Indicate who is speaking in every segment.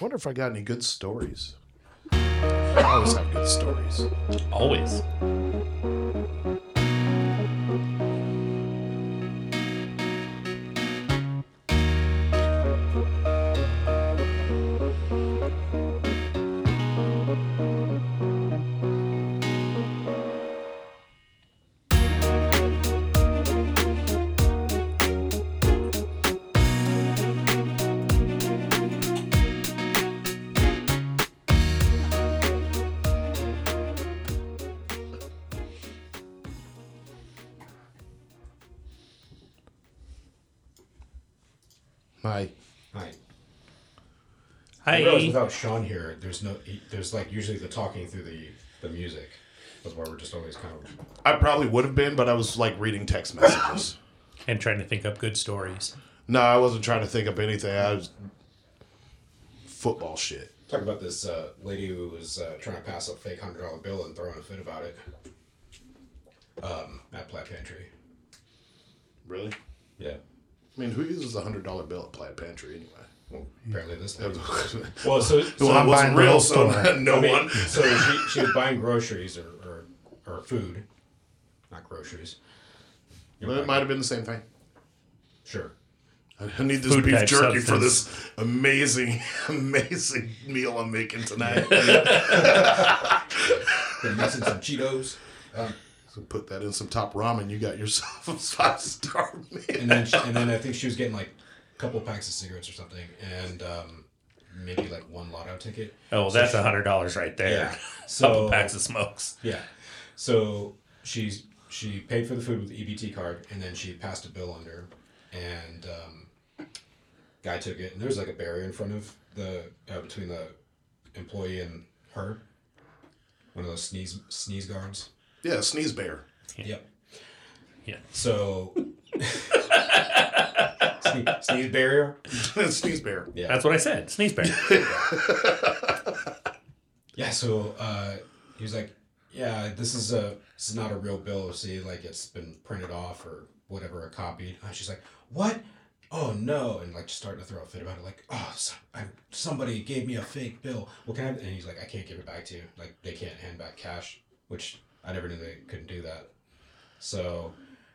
Speaker 1: wonder if I got any good stories. I always have good stories.
Speaker 2: Always.
Speaker 1: My
Speaker 3: Hi. I realize
Speaker 2: Hi.
Speaker 3: without Sean here, there's no, he- there's like usually the talking through the the music. That's why we're just always kind of.
Speaker 1: I probably would have been, but I was like reading text messages.
Speaker 2: And trying to think up good stories.
Speaker 1: no, I wasn't trying to think up anything. I was football shit.
Speaker 3: Talk about this uh, lady who was uh, trying to pass a fake hundred dollar bill and throwing a fit about it. Um, at Plaid Pantry.
Speaker 1: Really?
Speaker 3: Yeah.
Speaker 1: I mean, who uses a hundred dollar bill at Plaid Pantry anyway?
Speaker 3: Well, apparently this. Lady.
Speaker 1: well,
Speaker 3: Well, so, so
Speaker 1: I'm
Speaker 3: was-
Speaker 1: buying real, so no
Speaker 3: I mean,
Speaker 1: one.
Speaker 3: so she, she was buying groceries or, or or food, not groceries.
Speaker 1: Well, it might have been the same thing.
Speaker 3: Sure.
Speaker 1: I need this
Speaker 2: Food
Speaker 1: beef
Speaker 2: type
Speaker 1: jerky for
Speaker 2: substance.
Speaker 1: this amazing, amazing meal I'm making tonight.
Speaker 3: Been missing some Cheetos. Um,
Speaker 1: So put that in some top ramen. You got yourself a five star meal.
Speaker 3: and then she, and then I think she was getting like a couple packs of cigarettes or something, and um, maybe like one lotto ticket.
Speaker 2: Oh, well, that's a hundred dollars right there.
Speaker 3: Yeah.
Speaker 2: So,
Speaker 3: So-
Speaker 2: packs of smokes.
Speaker 3: Yeah. So she's she paid for the food with the EBT card, and then she passed a bill under, and um, guy took it, and there was like a barrier in front of the uh, between the employee and her. One of those sneeze sneeze guards.
Speaker 1: Yeah, sneeze bear.
Speaker 3: Yep.
Speaker 2: Yeah.
Speaker 3: So. sneeze, sneeze barrier.
Speaker 1: sneeze bear.
Speaker 3: Yeah.
Speaker 2: That's what I said. Sneeze bear.
Speaker 3: Yeah, so uh, he was like, "Yeah, this is a this is not a real bill. See, like it's been printed off or whatever, or copied." And she's like, "What? Oh no!" And like starting to throw a fit about it, like, "Oh, so, I, somebody gave me a fake bill. Well, can I?" have-" And he's like, "I can't give it back to you. Like they can't hand back cash, which I never knew they couldn't do that." So.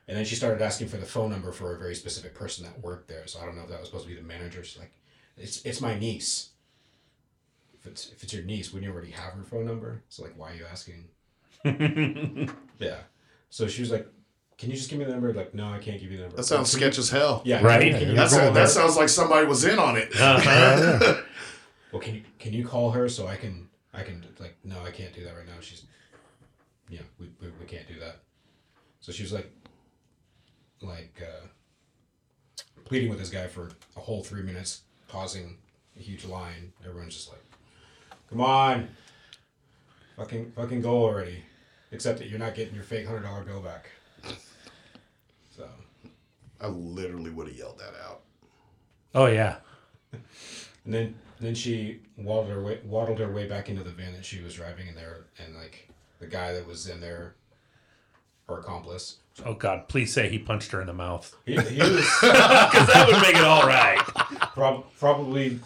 Speaker 3: And then she started asking for the phone number for a very specific person that worked there. So I don't know if that was supposed to be the manager. She's like, "It's it's my niece." if it's if it's your niece, wouldn't you already have her phone number? So like, why are you asking? yeah. So she was like, "Can you just give me the number?" Like, no, I can't give you the number.
Speaker 1: That sounds
Speaker 3: Can you-
Speaker 1: sketch as hell.
Speaker 3: Yeah.
Speaker 2: Right.
Speaker 3: can you- Can you
Speaker 1: That's,
Speaker 3: call
Speaker 1: that
Speaker 3: her?
Speaker 1: sounds like somebody was in on it.
Speaker 2: Uh-huh.
Speaker 3: Well, can you can you call her so I can I can like no, I can't do that right now. She's yeah, we we, we can't do that. So she was like like uh, pleading with this guy for a whole three minutes, causing a huge line. Everyone's just like, "Come on, fucking fucking go already!" Except that you're not getting your fake hundred dollar bill back. So
Speaker 1: I literally would have yelled that out.
Speaker 2: Oh yeah.
Speaker 3: And then then she waddled her way waddled her way back into the van that she was driving in there and like the guy that was in there her accomplice.
Speaker 2: Oh God! Please say he punched her in the mouth.
Speaker 3: He, he was
Speaker 2: Because that would make it all right.
Speaker 3: prob- probably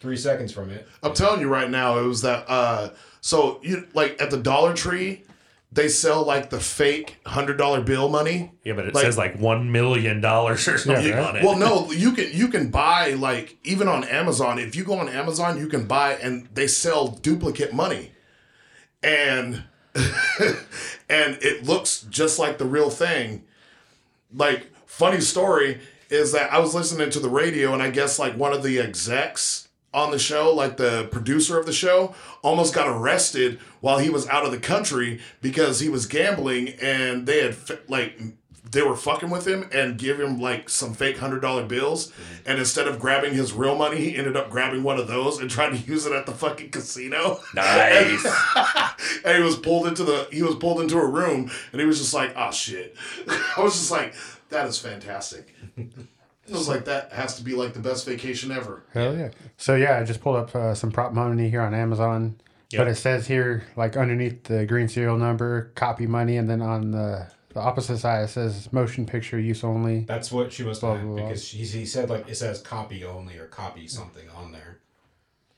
Speaker 3: three seconds from it.
Speaker 1: I'm telling you right now, it was that. Uh, so you like at the Dollar Tree, they sell like the fake hundred dollar bill money.
Speaker 2: Yeah, but it
Speaker 1: Like-
Speaker 2: says like one million dollars or something
Speaker 1: You-
Speaker 2: on it.
Speaker 1: well, no, you can you can buy like even on Amazon. If you go on Amazon, you can buy and they sell duplicate money, and and it looks just like the real thing. Like funny story is that I was listening to the radio and I guess like one of the execs on the show, like the producer of the show, almost got arrested while he was out of the country because he was gambling and they had f- like they were fucking with him and give him like some fake hundred dollar bills and instead of grabbing his real money he ended up grabbing one of those and trying to use it at the fucking casino
Speaker 2: Nice.
Speaker 1: and he was pulled into the he was pulled into a room and he was just like oh shit i was just like that is fantastic i was like that has to be like the best vacation ever
Speaker 4: Hell Oh, yeah. So yeah, I just pulled up uh, some prop money here on Amazon,
Speaker 2: Yep.
Speaker 4: but it says here like underneath the green serial number, copy money, and then on the, the opposite side it says motion picture use only.
Speaker 3: That's what she must have had
Speaker 4: Blah, blah, blah.
Speaker 3: because he, he said like it says copy only or copy something on there.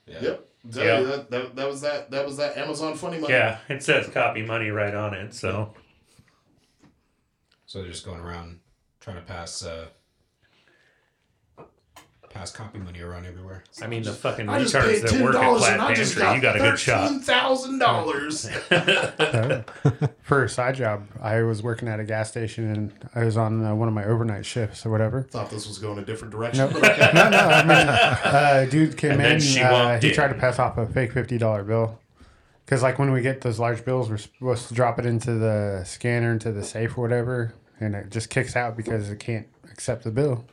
Speaker 3: Yeah.
Speaker 1: Yep. Tell
Speaker 2: Yeah.
Speaker 1: you, that, that, that was that that was that Amazon funny money.
Speaker 2: Yeah, it says copy money right on it. So
Speaker 3: So they're just going around trying to pass uh, pass copy money around everywhere.
Speaker 2: I mean, the fucking
Speaker 1: I just paid
Speaker 2: retards that
Speaker 1: ten
Speaker 2: work at
Speaker 1: dollars and
Speaker 2: Flat
Speaker 1: I just
Speaker 2: Pantry,
Speaker 1: got,
Speaker 2: you got a good shot.
Speaker 1: thirteen thousand dollars.
Speaker 4: For a side job, I was working at a gas station and I was on uh, one of my overnight shifts or whatever.
Speaker 1: Thought this was going a different direction.
Speaker 4: Nope. no, no. I mean, uh, dude came
Speaker 2: And then
Speaker 4: in.
Speaker 2: she
Speaker 4: Uh,
Speaker 2: walked
Speaker 4: he
Speaker 2: in.
Speaker 4: tried to pass off a fake fifty dollar bill. Because like when we get those large bills, we're supposed to drop it into the scanner, into the safe or whatever, and it just kicks out because it can't accept the bill.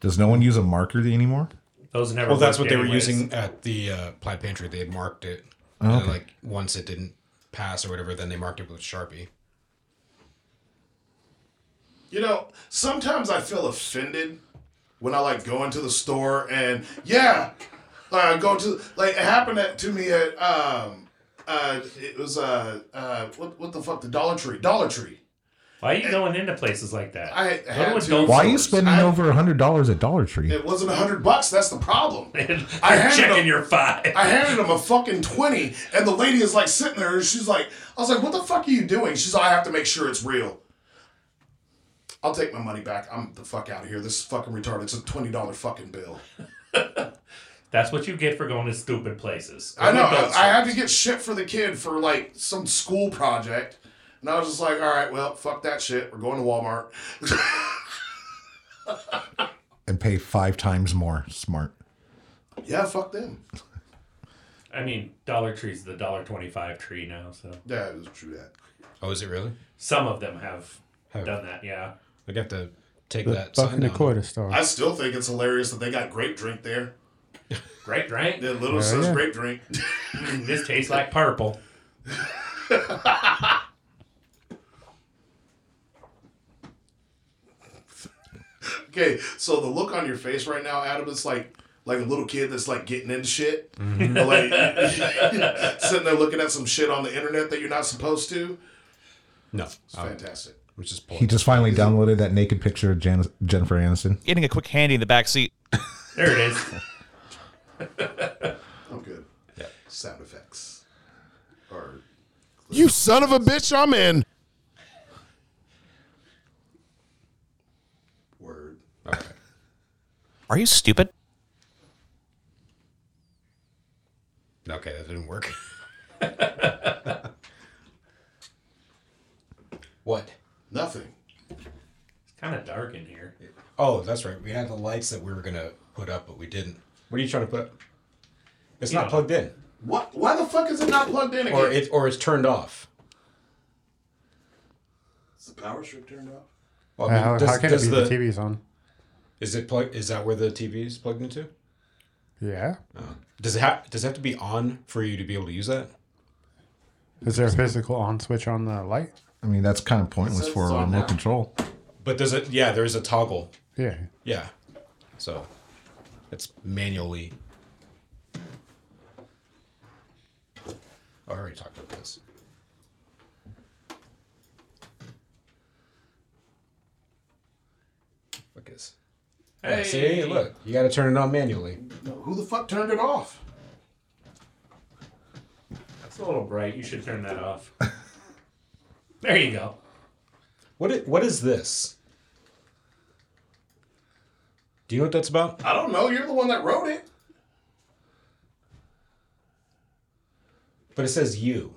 Speaker 5: Does no one use a marker anymore?
Speaker 2: Those never.
Speaker 3: Well, that's what
Speaker 2: worked
Speaker 3: they were
Speaker 2: anyways.
Speaker 3: using at the uh, Plaid Pantry. They had marked it.
Speaker 5: Oh,
Speaker 3: And,
Speaker 5: okay.
Speaker 3: like once it didn't pass or whatever, then they marked it with Sharpie.
Speaker 1: You know, sometimes I feel offended when I like go into the store and yeah, uh, go to like it happened at, to me at um uh it was uh uh what what the fuck the Dollar Tree Dollar Tree
Speaker 2: Why are you going into places like that?
Speaker 1: I
Speaker 2: Go
Speaker 1: had
Speaker 2: to a
Speaker 1: to-
Speaker 2: Dunkin'
Speaker 5: Why are you
Speaker 2: Donuts.
Speaker 5: spending
Speaker 1: I-
Speaker 5: over a hundred dollars at Dollar Tree?
Speaker 1: it wasn't a hundred bucks that's the problem I
Speaker 2: I'm
Speaker 1: handed
Speaker 2: checking
Speaker 1: them-
Speaker 2: your five.
Speaker 1: I handed him a fucking 20, and the lady is like sitting there, and she's like, I was like, what the fuck are you doing? She's like, I have to make sure it's real. I'll take my money back. I'm the fuck out of here. This is fucking retarded. It's a $20 fucking bill.
Speaker 2: That's what you get for going to stupid places.
Speaker 1: I know.
Speaker 2: Adult
Speaker 1: I, I had to get shit for the kid for like some school project. And I was just like, all right, well, fuck that shit. We're going to Walmart.
Speaker 5: and pay five times more. Smart.
Speaker 1: Yeah, fuck them.
Speaker 2: I mean, Dollar Tree's the dollar twenty-five tree now, so
Speaker 1: Yeah, it was true that.
Speaker 3: Oh, is it really?
Speaker 2: some of them have
Speaker 3: Have-
Speaker 2: done that. Yeah,
Speaker 3: I'd have to take
Speaker 4: The
Speaker 3: that
Speaker 4: fucking
Speaker 3: sign down.
Speaker 4: Dakota store.
Speaker 1: I still think it's hilarious that they got grape drink there.
Speaker 2: great, right?
Speaker 1: That little
Speaker 4: Yeah,
Speaker 1: says
Speaker 4: yeah.
Speaker 1: grape drink.
Speaker 2: this tastes like purple.
Speaker 1: Okay, so the look on your face right now, Adam, is like like a little kid that's like getting into shit,
Speaker 4: Mm-hmm.
Speaker 1: Or, like sitting there looking at some shit on the internet that you're not supposed to.
Speaker 3: No,
Speaker 4: Oh.
Speaker 3: I'm
Speaker 1: Fantastic.
Speaker 3: I'm just
Speaker 5: He
Speaker 3: pulling.
Speaker 5: just finally downloaded that naked picture of Jan- Jennifer Aniston.
Speaker 6: Getting a quick handy in the back seat.
Speaker 2: There it is.
Speaker 1: I'm good. Yeah. Sound effects. Or
Speaker 7: You son of a bitch, I'm in.
Speaker 1: word.
Speaker 6: Are you stupid?
Speaker 3: Okay, that didn't work. what?
Speaker 1: Nothing.
Speaker 2: It's kind of dark in here.
Speaker 3: Oh, that's right. We had the lights that we were gonna put up, but we didn't. What are you trying to put up? It's not
Speaker 2: Yeah.
Speaker 3: plugged in,
Speaker 1: What? Why the fuck is it not plugged in again?
Speaker 3: or it or it's turned off.
Speaker 1: is the power strip turned off?
Speaker 3: Well, I mean,
Speaker 4: Uh, how,
Speaker 3: does-
Speaker 4: how can it
Speaker 3: does
Speaker 4: be
Speaker 3: the-
Speaker 4: the TV's on?
Speaker 3: Is it plug? Is that where the TV is plugged into?
Speaker 4: Yeah.
Speaker 3: Does it have? Does it have to be on for you to be able to use that?
Speaker 4: Is there a physical on switch on the light?
Speaker 5: I mean, that's kind of pointless
Speaker 1: It's
Speaker 5: for a
Speaker 1: on
Speaker 5: remote
Speaker 1: now.
Speaker 5: control.
Speaker 3: But there's a yeah, there is a toggle.
Speaker 4: Yeah.
Speaker 3: Yeah, so it's manually. I already talked about this. Look at this. Yeah, see, look, you got to turn it on manually.
Speaker 1: No, who the fuck turned it off?
Speaker 2: That's a little bright. You should turn that off. there you go.
Speaker 3: What is, what is this? Do you know what that's about?
Speaker 1: I don't know. You're the one that wrote it.
Speaker 3: But it says you.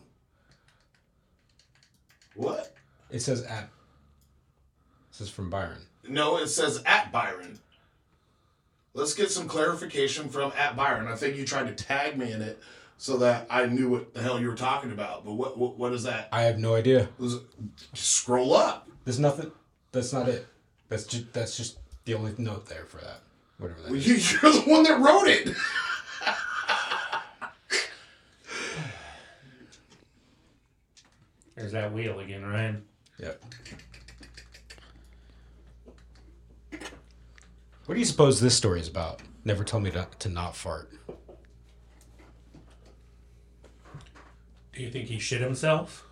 Speaker 1: What?
Speaker 3: It says at. This is from Byron.
Speaker 1: No, it says at Byron. Let's get some clarification from at Byron. I think you tried to tag me in it so that I knew what the hell you were talking about. But what what, what is that?
Speaker 3: I have no idea.
Speaker 1: Was it- scroll up.
Speaker 3: There's nothing. That's not it. That's just that's just the only note there for that. Whatever that is.
Speaker 1: You, you're the one that wrote it.
Speaker 2: There's that wheel again, Ryan.
Speaker 3: Yep. What do you suppose this story is about? Never tell me to, to not fart.
Speaker 2: Do you think he shit himself?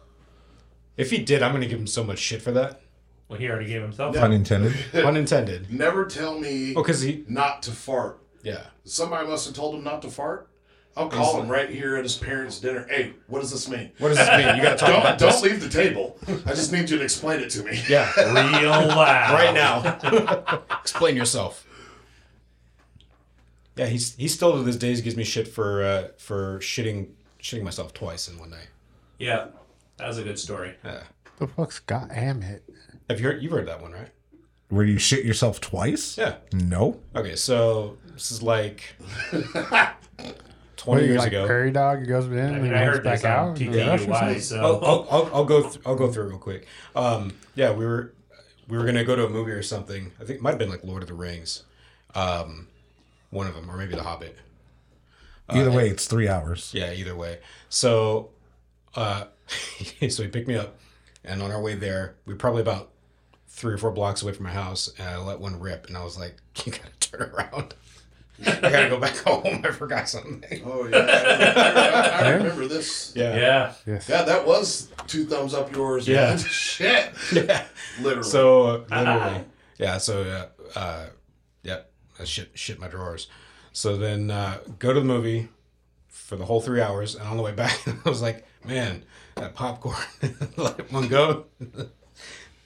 Speaker 3: If he did, I'm gonna give him so much shit for that.
Speaker 2: Well, he already gave himself.
Speaker 5: Pun intended.
Speaker 3: Unintended.
Speaker 1: Never tell me
Speaker 3: Oh, because he.
Speaker 1: not to fart.
Speaker 3: Yeah.
Speaker 1: Somebody must have told him not to fart. I'll call him right here at his parents' dinner. Hey, what does this mean?
Speaker 3: What does this mean? You got to talk
Speaker 1: Don't
Speaker 3: about
Speaker 1: don't
Speaker 3: this.
Speaker 1: leave the table. I just need you to explain it to me.
Speaker 3: Yeah.
Speaker 2: Real loud.
Speaker 3: right now. Explain yourself. Yeah, he's he still to this day gives me shit for uh, for shitting shitting myself twice in one night.
Speaker 2: Yeah, that was a good story.
Speaker 4: The fuck's got Amit?
Speaker 3: Have you heard you've heard that one, right?
Speaker 5: Where you shit yourself twice?
Speaker 3: Yeah.
Speaker 5: No.
Speaker 3: Okay, so this is like
Speaker 4: What
Speaker 3: twenty
Speaker 4: are you
Speaker 3: years
Speaker 4: like
Speaker 3: ago.
Speaker 4: prairie dog? It goes in
Speaker 2: I
Speaker 4: and
Speaker 2: mean,
Speaker 4: it
Speaker 2: I
Speaker 4: comes
Speaker 2: heard
Speaker 4: back
Speaker 2: this on
Speaker 4: out. Yeah, that's
Speaker 2: TTUI,
Speaker 4: nice.
Speaker 2: so
Speaker 3: I'll, I'll, I'll, I'll go through I'll go through it real quick. Um, yeah, we were we were gonna go to a movie or something. I think it might have been like Lord of the Rings, um, one of them, or maybe The Hobbit.
Speaker 1: Uh,
Speaker 5: Either way, it's three hours.
Speaker 3: Yeah, either way. So, uh, so he picked me up, and on our way there, we were probably about three or four blocks away from my house, and I let one rip, and I was like, "You gotta turn around. I gotta go back home. I forgot something."
Speaker 1: Oh yeah, I remember, I remember this.
Speaker 2: Yeah.
Speaker 4: Yes.
Speaker 1: Yeah, that was two thumbs up yours.
Speaker 3: Yeah.
Speaker 1: man. shit.
Speaker 3: yeah.
Speaker 1: Literally.
Speaker 3: So uh, literally, yeah. So uh, uh, yeah, I shit shit my drawers. So then uh, go to the movie for the whole three hours, and on the way back, I was like, man, that popcorn, let one go.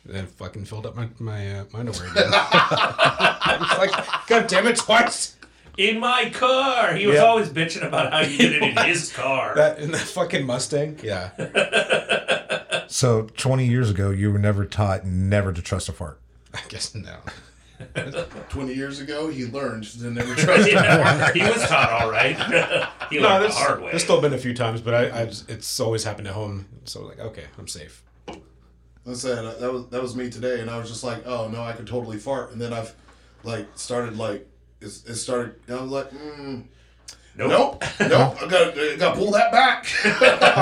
Speaker 3: Then fucking filled up my my, uh, my underwear again. I was like, God damn it, twice.
Speaker 2: In my car. He was
Speaker 3: Yeah.
Speaker 2: always bitching about how you did it in his car.
Speaker 3: That in that fucking Mustang. Yeah.
Speaker 5: So 20 years ago, you were never taught never to trust a fart.
Speaker 3: I guess no.
Speaker 1: Twenty years ago, he learned to never trust.
Speaker 2: Yeah, he was taught all right. he learned the
Speaker 3: there's,
Speaker 2: hard way.
Speaker 3: there's still been a few times, but I, I just, it's always happened at home. So like, okay, I'm safe.
Speaker 1: That's that. That was that was me today, and I was just like, oh no, I could totally fart, and then I've like started like it's, it started. And I was like, mm,
Speaker 2: Nope.
Speaker 1: nope, nope, I got to got to pull that back.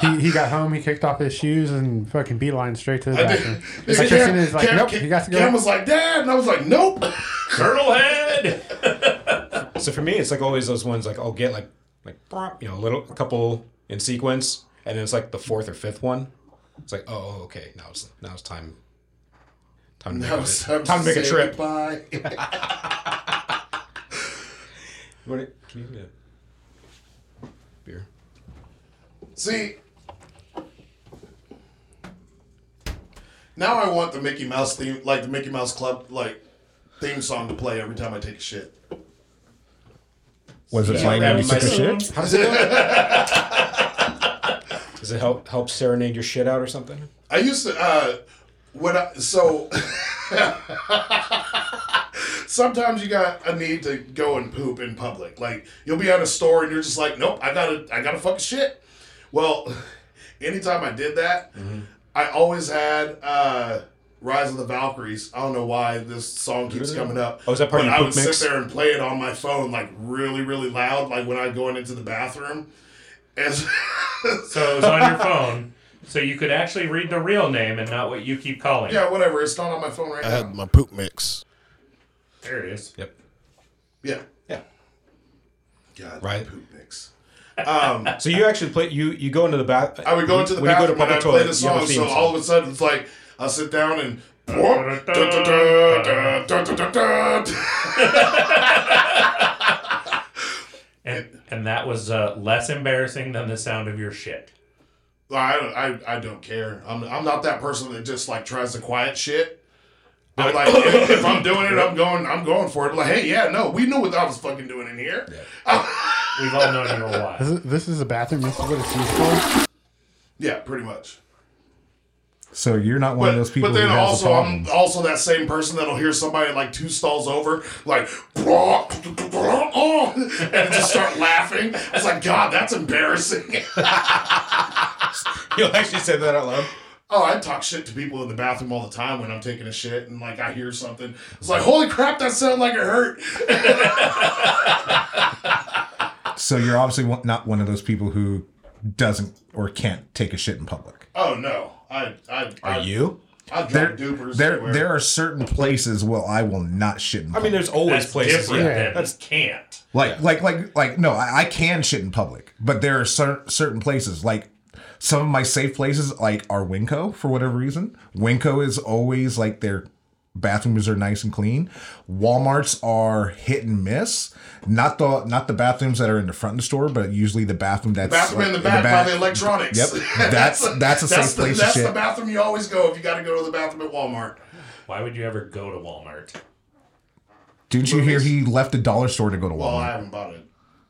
Speaker 4: He, he got home. He kicked off his shoes and fucking beeline straight to the bathroom. Like,
Speaker 1: Cam-
Speaker 4: Kristen is like,
Speaker 1: Cam-
Speaker 4: nope,
Speaker 1: Cam-
Speaker 4: you got to
Speaker 1: Cam
Speaker 4: go.
Speaker 1: was like, dad, and I was like, nope.
Speaker 2: Colonel Head.
Speaker 3: So for me, it's like always those ones like I'll get like like brrr, you know a little a couple in sequence, and then it's like the fourth or fifth one. It's like oh oh, okay now it's now it's time time to
Speaker 1: I
Speaker 3: make,
Speaker 1: was-
Speaker 3: a,
Speaker 1: I was
Speaker 3: time to make a
Speaker 1: saying
Speaker 3: trip.
Speaker 1: Goodbye.
Speaker 3: What it- can you get a beer?
Speaker 1: See, now I want the Mickey Mouse theme, like the Mickey Mouse Club, like theme song to play every time I take a shit.
Speaker 5: Was it playing
Speaker 3: that
Speaker 5: when you
Speaker 3: was
Speaker 5: took a
Speaker 3: my-
Speaker 5: shit?
Speaker 3: How does it go? does it help help serenade your shit out or something?
Speaker 1: I used to uh when I so sometimes you got a need to go and poop in public. Like you'll be at a store and you're just like, nope, I gotta I gotta fuck shit. Well, anytime I did that,
Speaker 3: Mm-hmm.
Speaker 1: I always had uh Rise of the Valkyries. I don't know why this song keeps coming up.
Speaker 3: Oh, is that part of
Speaker 1: but
Speaker 3: your
Speaker 1: I
Speaker 3: poop
Speaker 1: would
Speaker 3: mix?
Speaker 1: sit there and play it on my phone like really, really loud, like when I going into the bathroom. And
Speaker 2: So it was on your phone. So you could actually read the real name and not what you keep calling.
Speaker 1: yeah, whatever. It's not on my phone right
Speaker 7: I
Speaker 1: now.
Speaker 7: had my poop mix.
Speaker 2: There it is.
Speaker 3: Yep.
Speaker 1: Yeah.
Speaker 3: Yeah.
Speaker 1: God,
Speaker 3: Right.
Speaker 1: poop mix.
Speaker 3: So you actually play you you go into the bath.
Speaker 1: I would go into the bathroom and I'd play the song, so all of a sudden it's like I'll sit down and Whoop, da, da, da, da, da, da, da, da.
Speaker 2: And and that was uh, less embarrassing than the sound of your shit.
Speaker 1: I don't I, I don't care. I'm I'm not that person that just like tries to quiet shit. I'm like if, if I'm doing it, I'm going I'm going for it. Like, hey yeah, no, we knew what I was fucking doing in here.
Speaker 2: We've all known you a while.
Speaker 4: This is, this is a bathroom. This is what it's used for.
Speaker 1: Yeah, pretty much.
Speaker 5: So you're not one
Speaker 1: But,
Speaker 5: of those people
Speaker 1: but
Speaker 5: who
Speaker 1: then
Speaker 5: has a
Speaker 1: also um,
Speaker 5: problem.
Speaker 1: I'm also that same person that'll hear somebody like two stalls over, like oh, and just start laughing. It's like, God, that's embarrassing.
Speaker 3: you actually said that out loud.
Speaker 1: oh, I talk shit to people in the bathroom all the time when I'm taking a shit and like I hear something. It's like, holy crap, that sounded like it hurt. uh
Speaker 5: So you're obviously one- not one of those people who doesn't or can't take a shit in public.
Speaker 1: Oh no. I I I,
Speaker 3: Are you?
Speaker 1: I
Speaker 5: There,
Speaker 1: drop dupers.
Speaker 5: there,
Speaker 1: everywhere.
Speaker 5: there are certain places where I will not shit in
Speaker 3: I
Speaker 5: public.
Speaker 3: mean, there's always
Speaker 2: That's
Speaker 3: places.
Speaker 2: different
Speaker 3: yeah.
Speaker 2: than
Speaker 3: That's
Speaker 2: can't.
Speaker 5: like, like, like, like, no, I, I can shit in public, but there are cer- certain places like Some of my safe places like are Winco for whatever reason. Winco is always like their bathrooms are nice and clean. Walmart's are hit and miss. Not the not the bathrooms that are in the front of the store, but usually the bathroom that's
Speaker 1: Bathroom
Speaker 5: like,
Speaker 1: in the back by the electronics.
Speaker 5: Yep. That's- that's a safe
Speaker 1: the,
Speaker 5: place to
Speaker 1: That's
Speaker 5: shit.
Speaker 1: the bathroom you always go if you got to go to the bathroom at Walmart.
Speaker 2: Why would you ever go to Walmart?
Speaker 5: Didn't you hear he left the dollar store to go to Walmart
Speaker 1: Well, Oh, I haven't bought a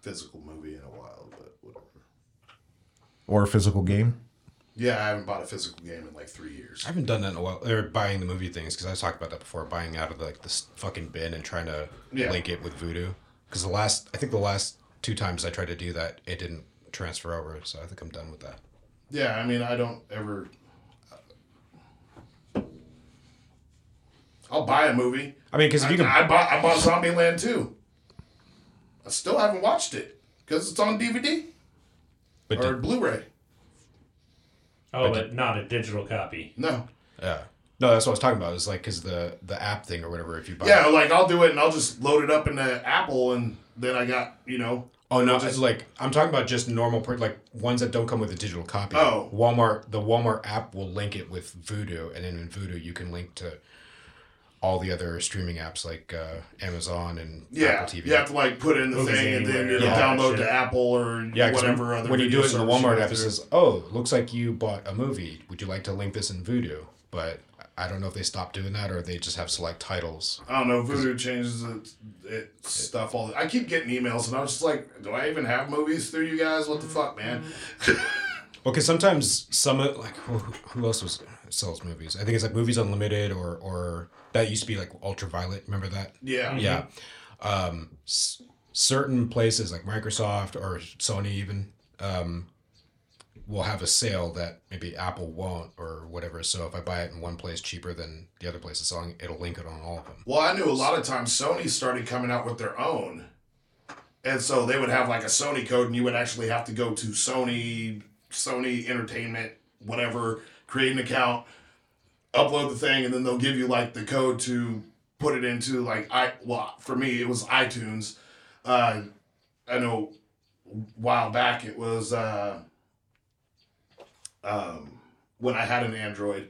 Speaker 1: physical movie in a while, but whatever.
Speaker 5: or a physical game?
Speaker 1: Yeah, I haven't bought a physical game in like three years.
Speaker 3: I haven't done that in a while. Or buying the movie things because I was talking about that before. Buying out of like this fucking bin and trying to
Speaker 1: Yeah.
Speaker 3: link it with Voodoo. Because the last, I think the last two times I tried to do that, it didn't transfer over. So I think I'm done with that.
Speaker 1: Yeah, I mean, I don't ever. uh, I'll buy a movie.
Speaker 3: I mean, because if you can,
Speaker 1: I, I bought I bought Zombieland too. I still haven't watched it because it's on DVD
Speaker 3: but
Speaker 1: or
Speaker 3: did-
Speaker 1: Blu-ray.
Speaker 2: Oh, but not a digital copy.
Speaker 1: No.
Speaker 3: yeah. No, that's what I was talking about. It was like because the the app thing or whatever. If you buy,
Speaker 1: Yeah, like I'll do it and I'll just load it up into Apple and then I got you know.
Speaker 3: Oh no, it's like I'm talking about just normal, per- like ones that don't come with a digital copy.
Speaker 1: Oh.
Speaker 3: Walmart, the Walmart app will link it with Voodoo, and then in Voodoo you can link to all the other streaming apps like uh, Amazon and
Speaker 1: Yeah,
Speaker 3: Apple TV.
Speaker 1: you have to like put in the
Speaker 2: Movies
Speaker 1: thing and then
Speaker 2: anywhere.
Speaker 1: it'll
Speaker 2: Yeah.
Speaker 1: download
Speaker 2: Shit.
Speaker 1: to Apple or
Speaker 3: yeah, 'cause
Speaker 1: whatever
Speaker 3: when,
Speaker 1: other.
Speaker 3: when you
Speaker 1: video
Speaker 3: do it in the
Speaker 1: service you
Speaker 3: Walmart
Speaker 1: go
Speaker 3: app,
Speaker 1: through.
Speaker 3: it says, "Oh, looks like you bought a movie. Would you like to link this in Voodoo?" But I don't know if they stopped doing that or they just have select titles.
Speaker 1: I don't know. Voodoo changes it, it stuff all. I keep getting emails, and I was just like, "Do I even have movies through you guys? What the fuck, man?"
Speaker 3: Well, because sometimes some of- like who, who else was sells movies? I think it's like Movies Unlimited or or that used to be like Ultraviolet. Remember that?
Speaker 1: Yeah,
Speaker 3: Yeah. Um, s- certain places like Microsoft or Sony even um, will have a sale that maybe Apple won't or whatever. So if I buy it in one place cheaper than the other place it's selling, it'll link it on all of them.
Speaker 1: Well, I knew a lot of times Sony started coming out with their own, and so they would have like a Sony code, and you would actually have to go to Sony, Sony Entertainment, whatever, create an account, upload the thing, and then they'll give you like the code to put it into like I. Well, for me, it was iTunes. Uh, I know a while back it was uh, um, when I had an Android.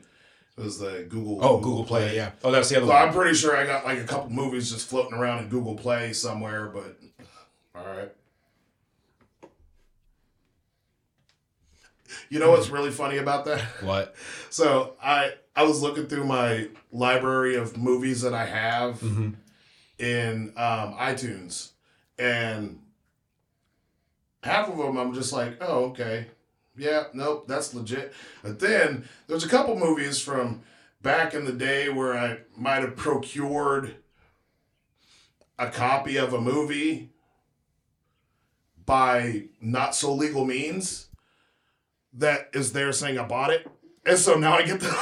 Speaker 1: It was the Google.
Speaker 3: Oh, Google Play, yeah. Oh, that's the other
Speaker 1: So I'm
Speaker 3: one.
Speaker 1: pretty sure I got like a couple movies just floating around in Google Play somewhere, but all right. You know what's really funny about that?
Speaker 3: What?
Speaker 1: So I I was looking through my library of movies that I have
Speaker 3: Mm-hmm.
Speaker 1: in um, iTunes, and half of them I'm just like, oh okay, yeah, nope, that's legit. But then there's a couple movies from back in the day where I might have procured a copy of a movie by not so legal means that is there saying I bought it. And so now I get the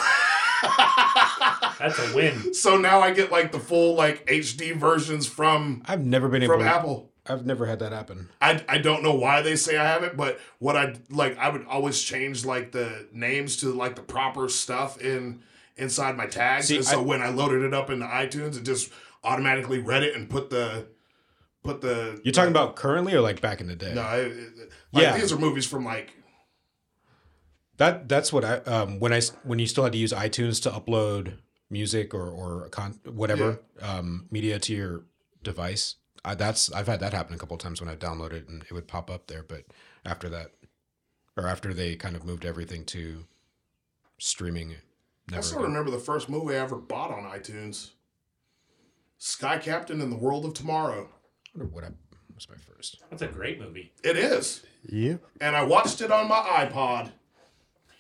Speaker 2: That's a win.
Speaker 1: So now I get like the full like HD versions from
Speaker 3: I've never been able
Speaker 1: from
Speaker 3: to.
Speaker 1: Apple.
Speaker 3: I've never had that happen.
Speaker 1: I, I don't know why they say I have it, but what I like I would always change like the names to like the proper stuff in inside my tags.
Speaker 3: See,
Speaker 1: and so
Speaker 3: I-
Speaker 1: when I loaded it up into iTunes, it just automatically read it and put the put the
Speaker 3: You're talking about currently or like back in the day?
Speaker 1: no, it, it- like,
Speaker 3: Yeah.
Speaker 1: these are movies from like
Speaker 3: That that's what I um when I s- when you still had to use iTunes to upload music or or con, whatever um media to your device. I, that's I've had that happen a couple of times when I've downloaded it and it would pop up there, but after that or after they kind of moved everything to streaming
Speaker 1: I
Speaker 3: never
Speaker 1: still
Speaker 3: again.
Speaker 1: remember the first movie I ever bought on iTunes. Sky Captain and the World of Tomorrow.
Speaker 3: I wonder what I was my first.
Speaker 2: That's a great movie.
Speaker 1: It is.
Speaker 4: Yep.
Speaker 1: And I watched it on my iPod.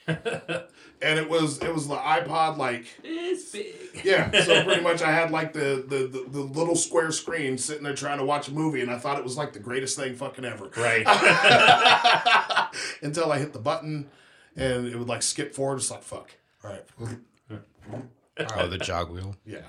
Speaker 1: and it was it was the iPod like
Speaker 2: It's big.
Speaker 1: yeah, so pretty much I had like the, the the the little square screen sitting there trying to watch a movie and I thought it was like the greatest thing fucking ever.
Speaker 2: Right.
Speaker 1: Until I hit the button and it would like skip forward it's like fuck. All right.
Speaker 3: Oh, the jog wheel.
Speaker 1: Yeah.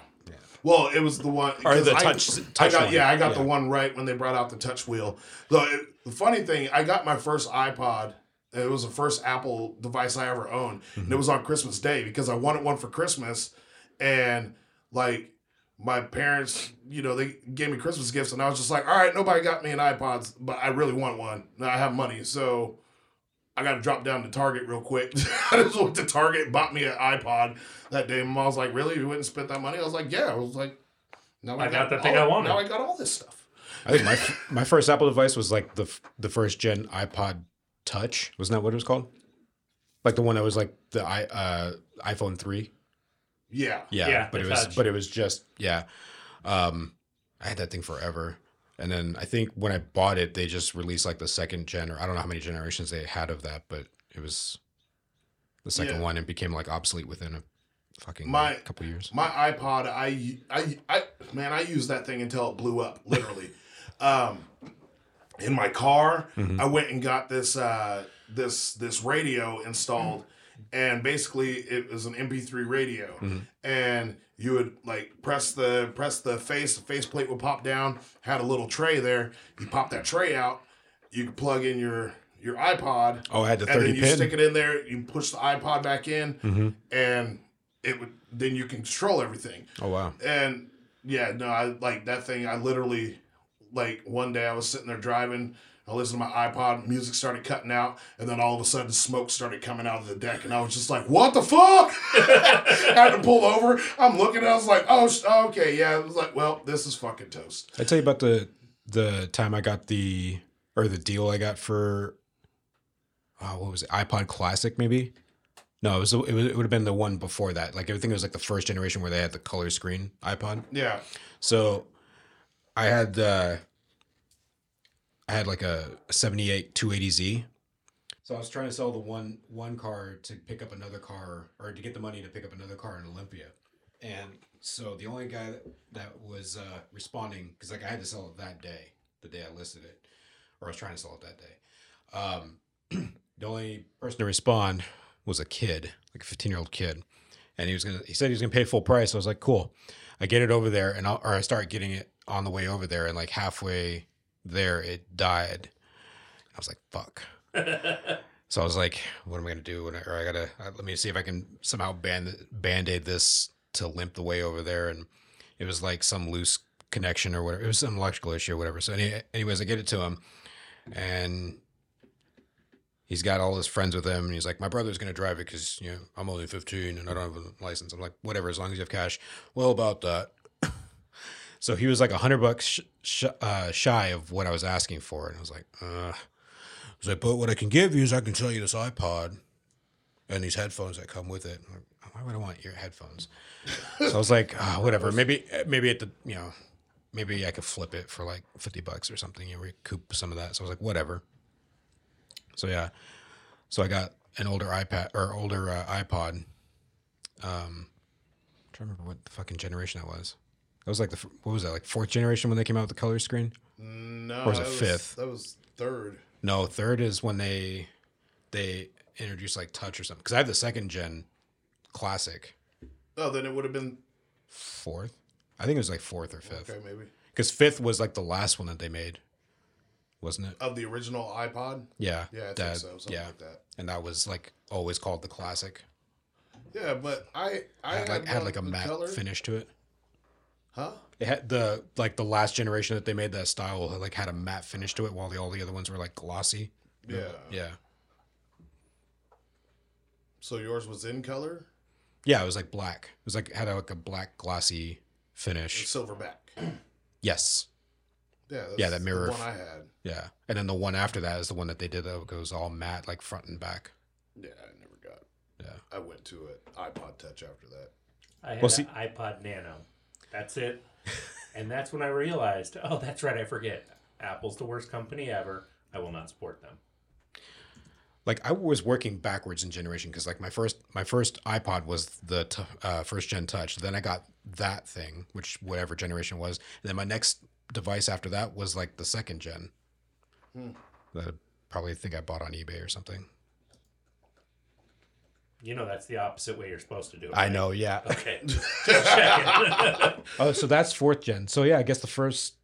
Speaker 1: Well, it was the one
Speaker 3: Or the
Speaker 1: 'cause
Speaker 3: touch-
Speaker 1: I,
Speaker 3: touch
Speaker 1: I got
Speaker 3: one.
Speaker 1: yeah, I got the
Speaker 3: Yeah.
Speaker 1: one right when they brought out the touch wheel. The the funny thing, I got my first iPod. It was the first Apple device I ever owned, and it
Speaker 2: Mm-hmm.
Speaker 1: was on Christmas Day because I wanted one for Christmas, and like my parents, you know, they gave me Christmas gifts, and I was just like, all right, nobody got me an iPods, but I really want one. Now I have money, so I got to drop down to Target real quick. I just went to Target, bought me an iPod that day. My mom was like, "Really? You went and spent that money?" I was like, "Yeah." I was like, "Now
Speaker 2: I got the thing
Speaker 1: all-
Speaker 2: I wanted."
Speaker 1: Now I got all this stuff."
Speaker 3: I think my my first Apple device was like the f- the first gen iPod Touch. Wasn't that what it was called? Like the one that was like the i uh, iPhone three.
Speaker 1: Yeah.
Speaker 3: Yeah,
Speaker 2: Yeah,
Speaker 3: but
Speaker 2: the
Speaker 3: it was
Speaker 2: Touch.
Speaker 3: but it was just yeah. Um, I had that thing forever, and then I think when I bought it, they just released like the second gen, or I don't know how many generations they had of that, but it was the second
Speaker 1: Yeah.
Speaker 3: one. It became like obsolete within a fucking
Speaker 1: My-
Speaker 3: couple years.
Speaker 1: My iPod, I, I, I, man, I used that thing until it blew up, literally. um, in my car,
Speaker 3: Mm-hmm.
Speaker 1: I went and got this, uh, this, this radio installed, and basically it was an MP3 radio,
Speaker 3: Mm-hmm.
Speaker 1: and you would like press the press the face, the faceplate would pop down, had a little tray there. You pop that tray out, you could plug in your your iPod.
Speaker 3: Oh, I had the
Speaker 1: and then
Speaker 3: 30
Speaker 1: you
Speaker 3: pin.
Speaker 1: stick it in there. You push the iPod back in,
Speaker 3: Mm-hmm.
Speaker 1: and it would then you can control everything.
Speaker 3: oh wow.
Speaker 1: And yeah, no, I like that thing. I literally like one day I was sitting there driving. I listened to my iPod. Music started cutting out, and then all of a sudden, smoke started coming out of the deck, and I was just like, "What the fuck?" I had to pull over. I'm looking, and I was like, "Oh, sh- oh, okay, yeah." I was like, "Well, this is fucking toast."
Speaker 3: I tell you about the the time I got the or the deal I got for oh, what was it iPod Classic maybe? No, it was it, was, it would have been the one before that. Like I think it was like the first generation where they had the color screen iPod.
Speaker 1: Yeah,
Speaker 3: So I had uh I had like a 78 280Z. So I was trying to sell the one one car to pick up another car or to get the money to pick up another car in Olympia. And so the only guy that, that was uh responding cuz like I had to sell it that day, the day I listed it or I was trying to sell it that day. Um the only person to respond was a kid, like a 15-year-old kid. And he was going to he said he was going to pay full price. I was like, "Cool." I get it over there, and I'll, or I start getting it on the way over there, and like halfway there, it died. I was like, "Fuck." so I was like, "What am I gonna do?" When I, or I gotta I, let me see if I can somehow band band aid this to limp the way over there, and it was like some loose connection or whatever. It was some electrical issue or whatever. So, any, anyways, I get it to him, and he's got all his friends with him, and he's like, "My brother's gonna drive it because you know I'm only 15 and I don't have a license." I'm like, "Whatever, as long as you have cash." Well, about that. so he was like a hundred bucks sh- sh- uh, shy of what I was asking for, and I was like, "Uh." I was like, "But what I can give you is I can sell you this iPod." And these headphones that come with it. I'm like, Why would I want your headphones? so I was like, ah, whatever. Maybe, maybe at the you know, maybe I could flip it for like fifty bucks or something and recoup some of that. So I was like, whatever. So yeah, so I got an older iPad or older uh, iPod. Um, I'm trying to remember what the fucking generation that was. That was like the f- what was that like fourth generation when they came out with the color screen?
Speaker 1: no,
Speaker 3: Or was it
Speaker 1: that
Speaker 3: fifth?
Speaker 1: That was third.
Speaker 3: No, third is when they they introduced like touch or something. Because I have the second gen classic.
Speaker 1: Oh, then it would have been
Speaker 3: Fourth, I think it was like fourth or fifth.
Speaker 1: okay, maybe
Speaker 3: Because fifth was like the last one that they made, wasn't it?
Speaker 1: of the original iPod.
Speaker 3: Yeah.
Speaker 1: Yeah, I think
Speaker 3: that-
Speaker 1: so. Something like that.
Speaker 3: And that was like always called the classic.
Speaker 1: Yeah, but I I
Speaker 3: had like had
Speaker 1: one
Speaker 3: like a
Speaker 1: with
Speaker 3: matte
Speaker 1: color.
Speaker 3: finish to it.
Speaker 1: Huh?
Speaker 3: It had the like the last generation that they made that style had, like had a matte finish to it, while the all the other ones were like glossy.
Speaker 1: Yeah.
Speaker 3: Yeah,
Speaker 1: So yours was in color,
Speaker 3: yeah, it was like black. It was like had a, like a black glossy finish.
Speaker 1: silverback. Yeah.
Speaker 3: Yes,
Speaker 1: That's
Speaker 3: Yeah, that mirror
Speaker 1: The
Speaker 3: f-
Speaker 1: one I had.
Speaker 3: yeah, and then the one after that is the one that they did that goes all matte, like front and back.
Speaker 1: Yeah, I never got.
Speaker 3: Yeah.
Speaker 1: I went to an iPod Touch after that.
Speaker 2: I had
Speaker 3: Well, see-
Speaker 2: an iPod Nano. That's it. and that's when I realized, oh, that's right, I forget. Apple's the worst company ever. I will not support them.
Speaker 3: Like I was working backwards in generation because like my first my first iPod was the t- uh, first gen Touch. Then I got that thing, which whatever generation it was, and then my next device after that was like the second gen. That I probably think I bought on eBay or something.
Speaker 2: You know that's the opposite way you're supposed to do it.
Speaker 3: I
Speaker 2: right?
Speaker 3: know, yeah.
Speaker 2: Okay. Check it.
Speaker 3: Oh, so that's fourth gen. So yeah, I guess the first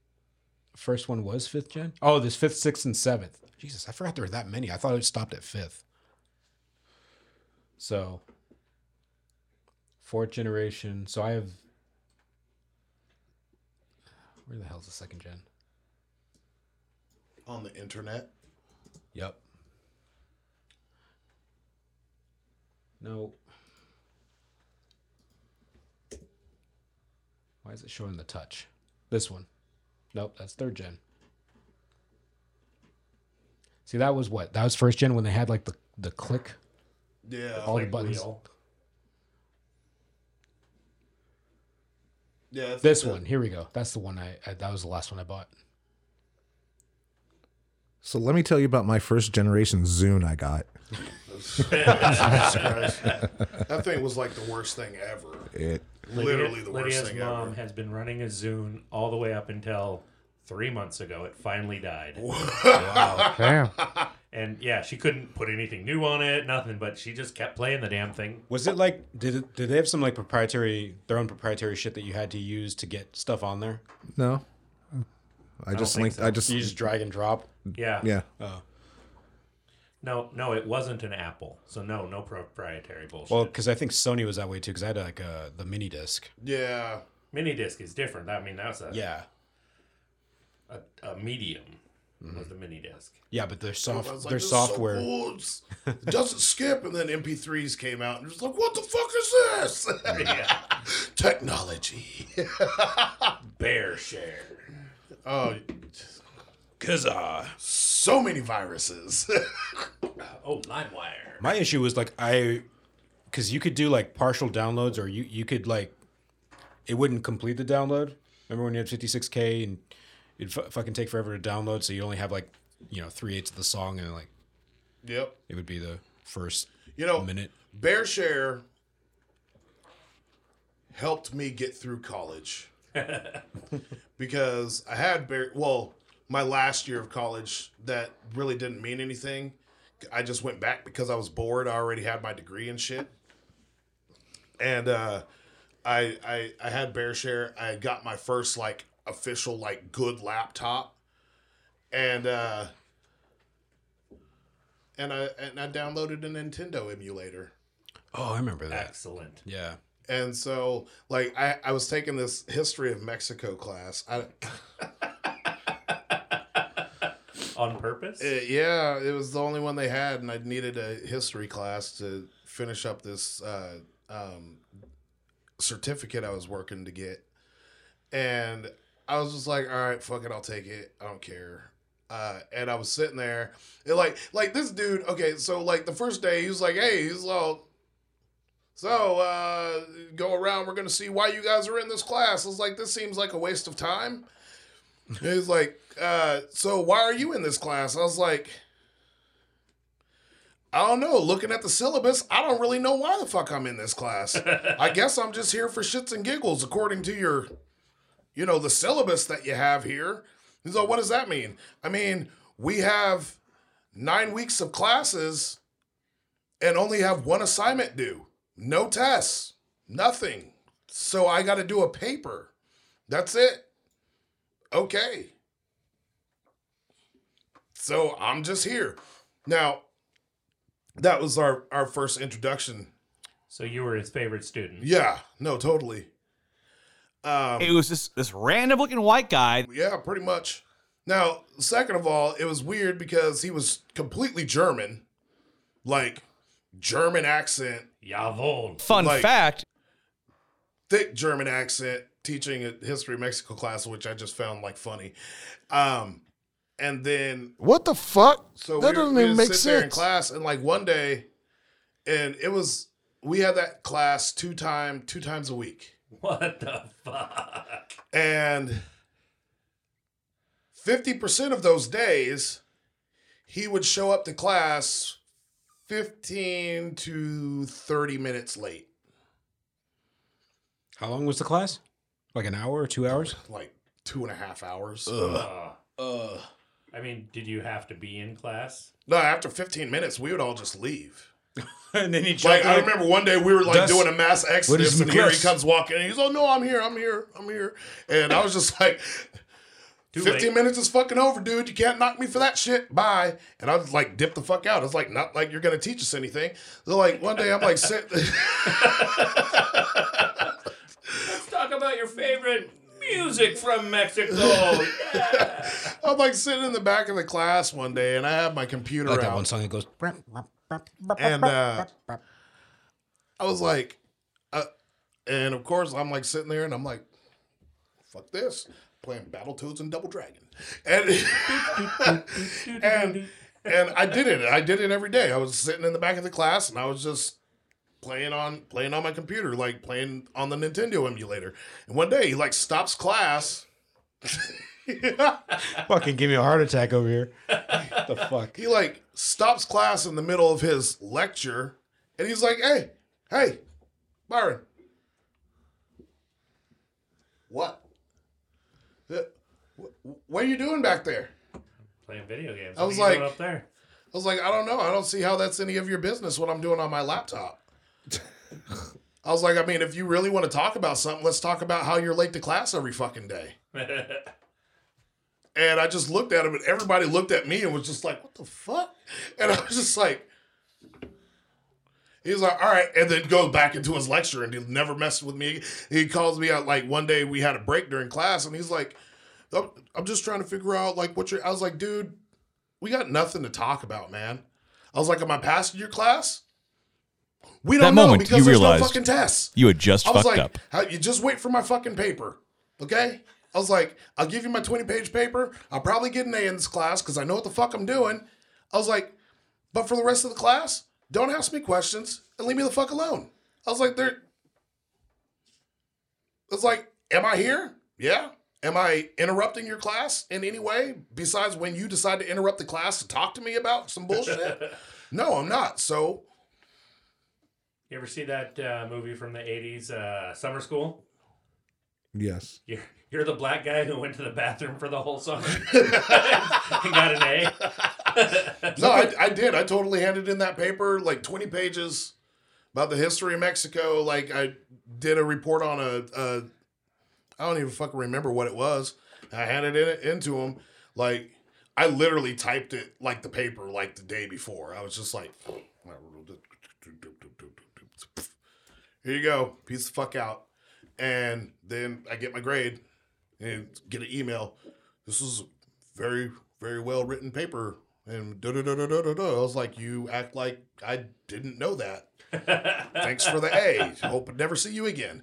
Speaker 3: first one was fifth gen. Oh, there's fifth, sixth, and seventh. Jesus, I forgot there were that many. I thought it stopped at fifth. So fourth generation. So I have where the hell's the second gen?
Speaker 1: On the internet.
Speaker 3: Yep. No. Why is it showing the touch? This one. Nope, that's third gen. See, that was what? That was first gen when they had like the, the click,
Speaker 1: Yeah.
Speaker 3: all the
Speaker 2: Like
Speaker 3: buttons.
Speaker 2: wheel.
Speaker 1: Yeah. that's-
Speaker 3: This one, here we go. That's the one I, I that was the last one I bought.
Speaker 5: So let me tell you about my first generation Zune I got.
Speaker 1: That thing was like the worst thing ever.
Speaker 5: It
Speaker 1: Literally the worst
Speaker 2: Lydia's
Speaker 1: thing
Speaker 2: mom
Speaker 1: ever.
Speaker 2: has been running a Zune all the way up until three months ago. It finally died.
Speaker 4: Damn.
Speaker 2: And yeah, she couldn't put anything new on it, nothing, but she just kept playing the damn thing.
Speaker 3: Was it like did it, did they have some like proprietary their own proprietary shit that you had to use to get stuff on there?
Speaker 5: no. I just linked. I just
Speaker 3: You just drag and drop.
Speaker 2: Yeah.
Speaker 5: yeah.
Speaker 2: No, no, it wasn't an Apple. So no, no proprietary bullshit.
Speaker 3: Well, because I think Sony was that way too. Because I had like uh, the mini disc.
Speaker 1: Yeah.
Speaker 2: Mini disc is different. I mean, that's a,
Speaker 3: Yeah,
Speaker 2: a, a medium
Speaker 1: Mm-hmm.
Speaker 2: was the mini disc.
Speaker 3: yeah, but their
Speaker 1: I
Speaker 3: soft
Speaker 1: was like,
Speaker 3: their
Speaker 1: this is so
Speaker 3: software.
Speaker 1: cool. It's- it doesn't skip, and then MP3s came out, and it's like, what the fuck is this?
Speaker 2: Yeah.
Speaker 1: Technology.
Speaker 2: Bear share.
Speaker 1: Oh,
Speaker 3: Cause uh,
Speaker 1: so many viruses.
Speaker 2: Oh, LimeWire.
Speaker 3: my issue was like I, because you could do like partial downloads or you you could like, it wouldn't complete the download. Remember when you had fifty six k and it'd f- fucking take forever to download, so you only have like you know three eighths of the song and like
Speaker 1: yep.
Speaker 3: it would be the first
Speaker 1: You know,
Speaker 3: minute.
Speaker 1: Bear Share helped me get through college because I had Bear. Well, my last year of college that really didn't mean anything. I just went back because I was bored. I already had my degree and shit, and uh, I, I I had Bear Share. I got my first like official like good laptop, and uh, and I and I downloaded a Nintendo emulator.
Speaker 3: Oh, I remember that.
Speaker 2: Excellent.
Speaker 3: Yeah.
Speaker 1: And so, like, I, I was taking this history of Mexico class. I,
Speaker 2: On purpose?
Speaker 1: it- yeah, it was the only one they had, and I needed a history class to finish up this uh, um, certificate I was working to get. And I was just like, all right, fuck it, I'll take it. I don't care. Uh, and I was sitting there, and like, like this dude. Okay, so like the first day, he was like, hey, he's all. So uh, go around. We're gonna see why you guys are in this class. I was like, this seems like a waste of time. And He's like, uh, so why are you in this class? I was like, I don't know. Looking at the syllabus, I don't really know why the fuck I'm in this class. I guess I'm just here for shits and giggles, according to your, you know, the syllabus that you have here. He's like, what does that mean? I mean, we have nine weeks of classes and only have one assignment due. No tests, nothing. So I got to do a paper. That's it okay. So I'm just here. Now, that was our, our first introduction.
Speaker 2: So you were his favorite student.
Speaker 1: Yeah, no, totally. Um,
Speaker 6: It was this this random looking white guy.
Speaker 1: yeah, pretty much. Now, second of all, it was weird because he was completely German, like German accent,
Speaker 2: Jawohl.
Speaker 6: Fun
Speaker 1: Like-
Speaker 6: fact:
Speaker 1: thick German accent, teaching a history of Mexico class, which I just found like funny. Um, and then
Speaker 7: What the fuck?
Speaker 1: So
Speaker 7: that
Speaker 1: we were-
Speaker 7: doesn't
Speaker 1: we
Speaker 7: even
Speaker 1: would
Speaker 7: make
Speaker 1: sit there in
Speaker 7: sense.
Speaker 1: class, and like one day, and it was we had that class two time two times a week,
Speaker 2: What the fuck?
Speaker 1: and fifty percent of those days, he would show up to class fifteen to thirty minutes late,
Speaker 3: How long was the class? Like an hour or two hours?
Speaker 1: like two and a half hours.
Speaker 2: Ugh.
Speaker 1: uh,
Speaker 2: I mean, did you have to be in class?
Speaker 1: No, after fifteen minutes, we would all just leave.
Speaker 3: and then he jumped
Speaker 1: Like I
Speaker 3: out.
Speaker 1: remember one day we were like
Speaker 3: Dust.
Speaker 1: doing a mass exodus,
Speaker 3: is
Speaker 1: and here he
Speaker 3: McClus?
Speaker 1: comes walking, and he's oh no, I'm here, I'm here, I'm here, and I was just like,
Speaker 2: Too
Speaker 1: fifteen
Speaker 2: late.
Speaker 1: minutes is fucking over, dude. You can't knock me for that shit. Bye. And I was like, dip the fuck out. I was like, not like you're gonna teach us anything. They're like, one day I'm like, sit.
Speaker 2: Let's talk about your favorite music from Mexico. Yeah.
Speaker 1: I'm like sitting in the back of the class one day, and I have my computer
Speaker 3: I like that
Speaker 1: out,
Speaker 3: one song that goes.
Speaker 1: and uh, I was like, uh, and of course I'm like sitting there and I'm like, fuck this, playing Battletoads and Double Dragon, and and and I did it. I did it every day. I was sitting in the back of the class and I was just playing on playing on my computer, like playing on the Nintendo emulator. And one day he like stops class.
Speaker 8: Fucking give me a heart attack over here. the fuck?
Speaker 1: he like stops class in the middle of his lecture and he's like, hey, hey, Byron. What? Uh, wh- What are you doing back there?
Speaker 2: Playing video games.
Speaker 1: I
Speaker 2: What
Speaker 1: was
Speaker 2: are you doing
Speaker 1: like-
Speaker 2: up there.
Speaker 1: I was like, I don't know. I don't see how that's any of your business what I'm doing on my laptop. I was like, I mean, if you really want to talk about something, let's talk about how you're late to class every fucking day. and I just looked at him, and everybody looked at me and was just like, "What the fuck?" And I was just like, "He's like, all right," and then goes back into his lecture and he never messed with me. He calls me out like one day we had a break during class, and he's like, "I'm I'm just trying to figure out like what you're." I was like, "Dude, we got nothing to talk about, man." I was like, "Am I passing your class?" We
Speaker 9: That
Speaker 1: don't know
Speaker 9: moment,
Speaker 1: because
Speaker 9: you
Speaker 1: there's
Speaker 9: realized-
Speaker 1: no fucking tests.
Speaker 9: You had just
Speaker 1: I was
Speaker 9: fucked
Speaker 1: like,
Speaker 9: up.
Speaker 1: How, you just wait for my fucking paper, okay? I was like, I'll give you my 20 page paper. I'll probably get an A in this class because I know what the fuck I'm doing. I was like, but for the rest of the class, don't ask me questions and leave me the fuck alone. I was like, there. I was like, am I here? Yeah. Am I interrupting your class in any way besides when you decide to interrupt the class to talk to me about some bullshit? no, I'm not. So,
Speaker 2: You ever see that uh, movie from the 80s, uh, Summer School?
Speaker 5: Yes.
Speaker 2: You're, you're the black guy who went to the bathroom for the whole summer and got an A.
Speaker 1: No, I, I did. I totally handed in that paper, like 20 pages about the history of Mexico. Like, I did a report on a, a I don't even fucking remember what it was. I handed it into him. Like, I literally typed it like the paper, like the day before. I was just like, here you go. Peace the fuck out. And then I get my grade and get an email. This is very, very well written paper. And da da da da da da da. I was like, you act like I didn't know that. Thanks for the A. Hope I never see you again.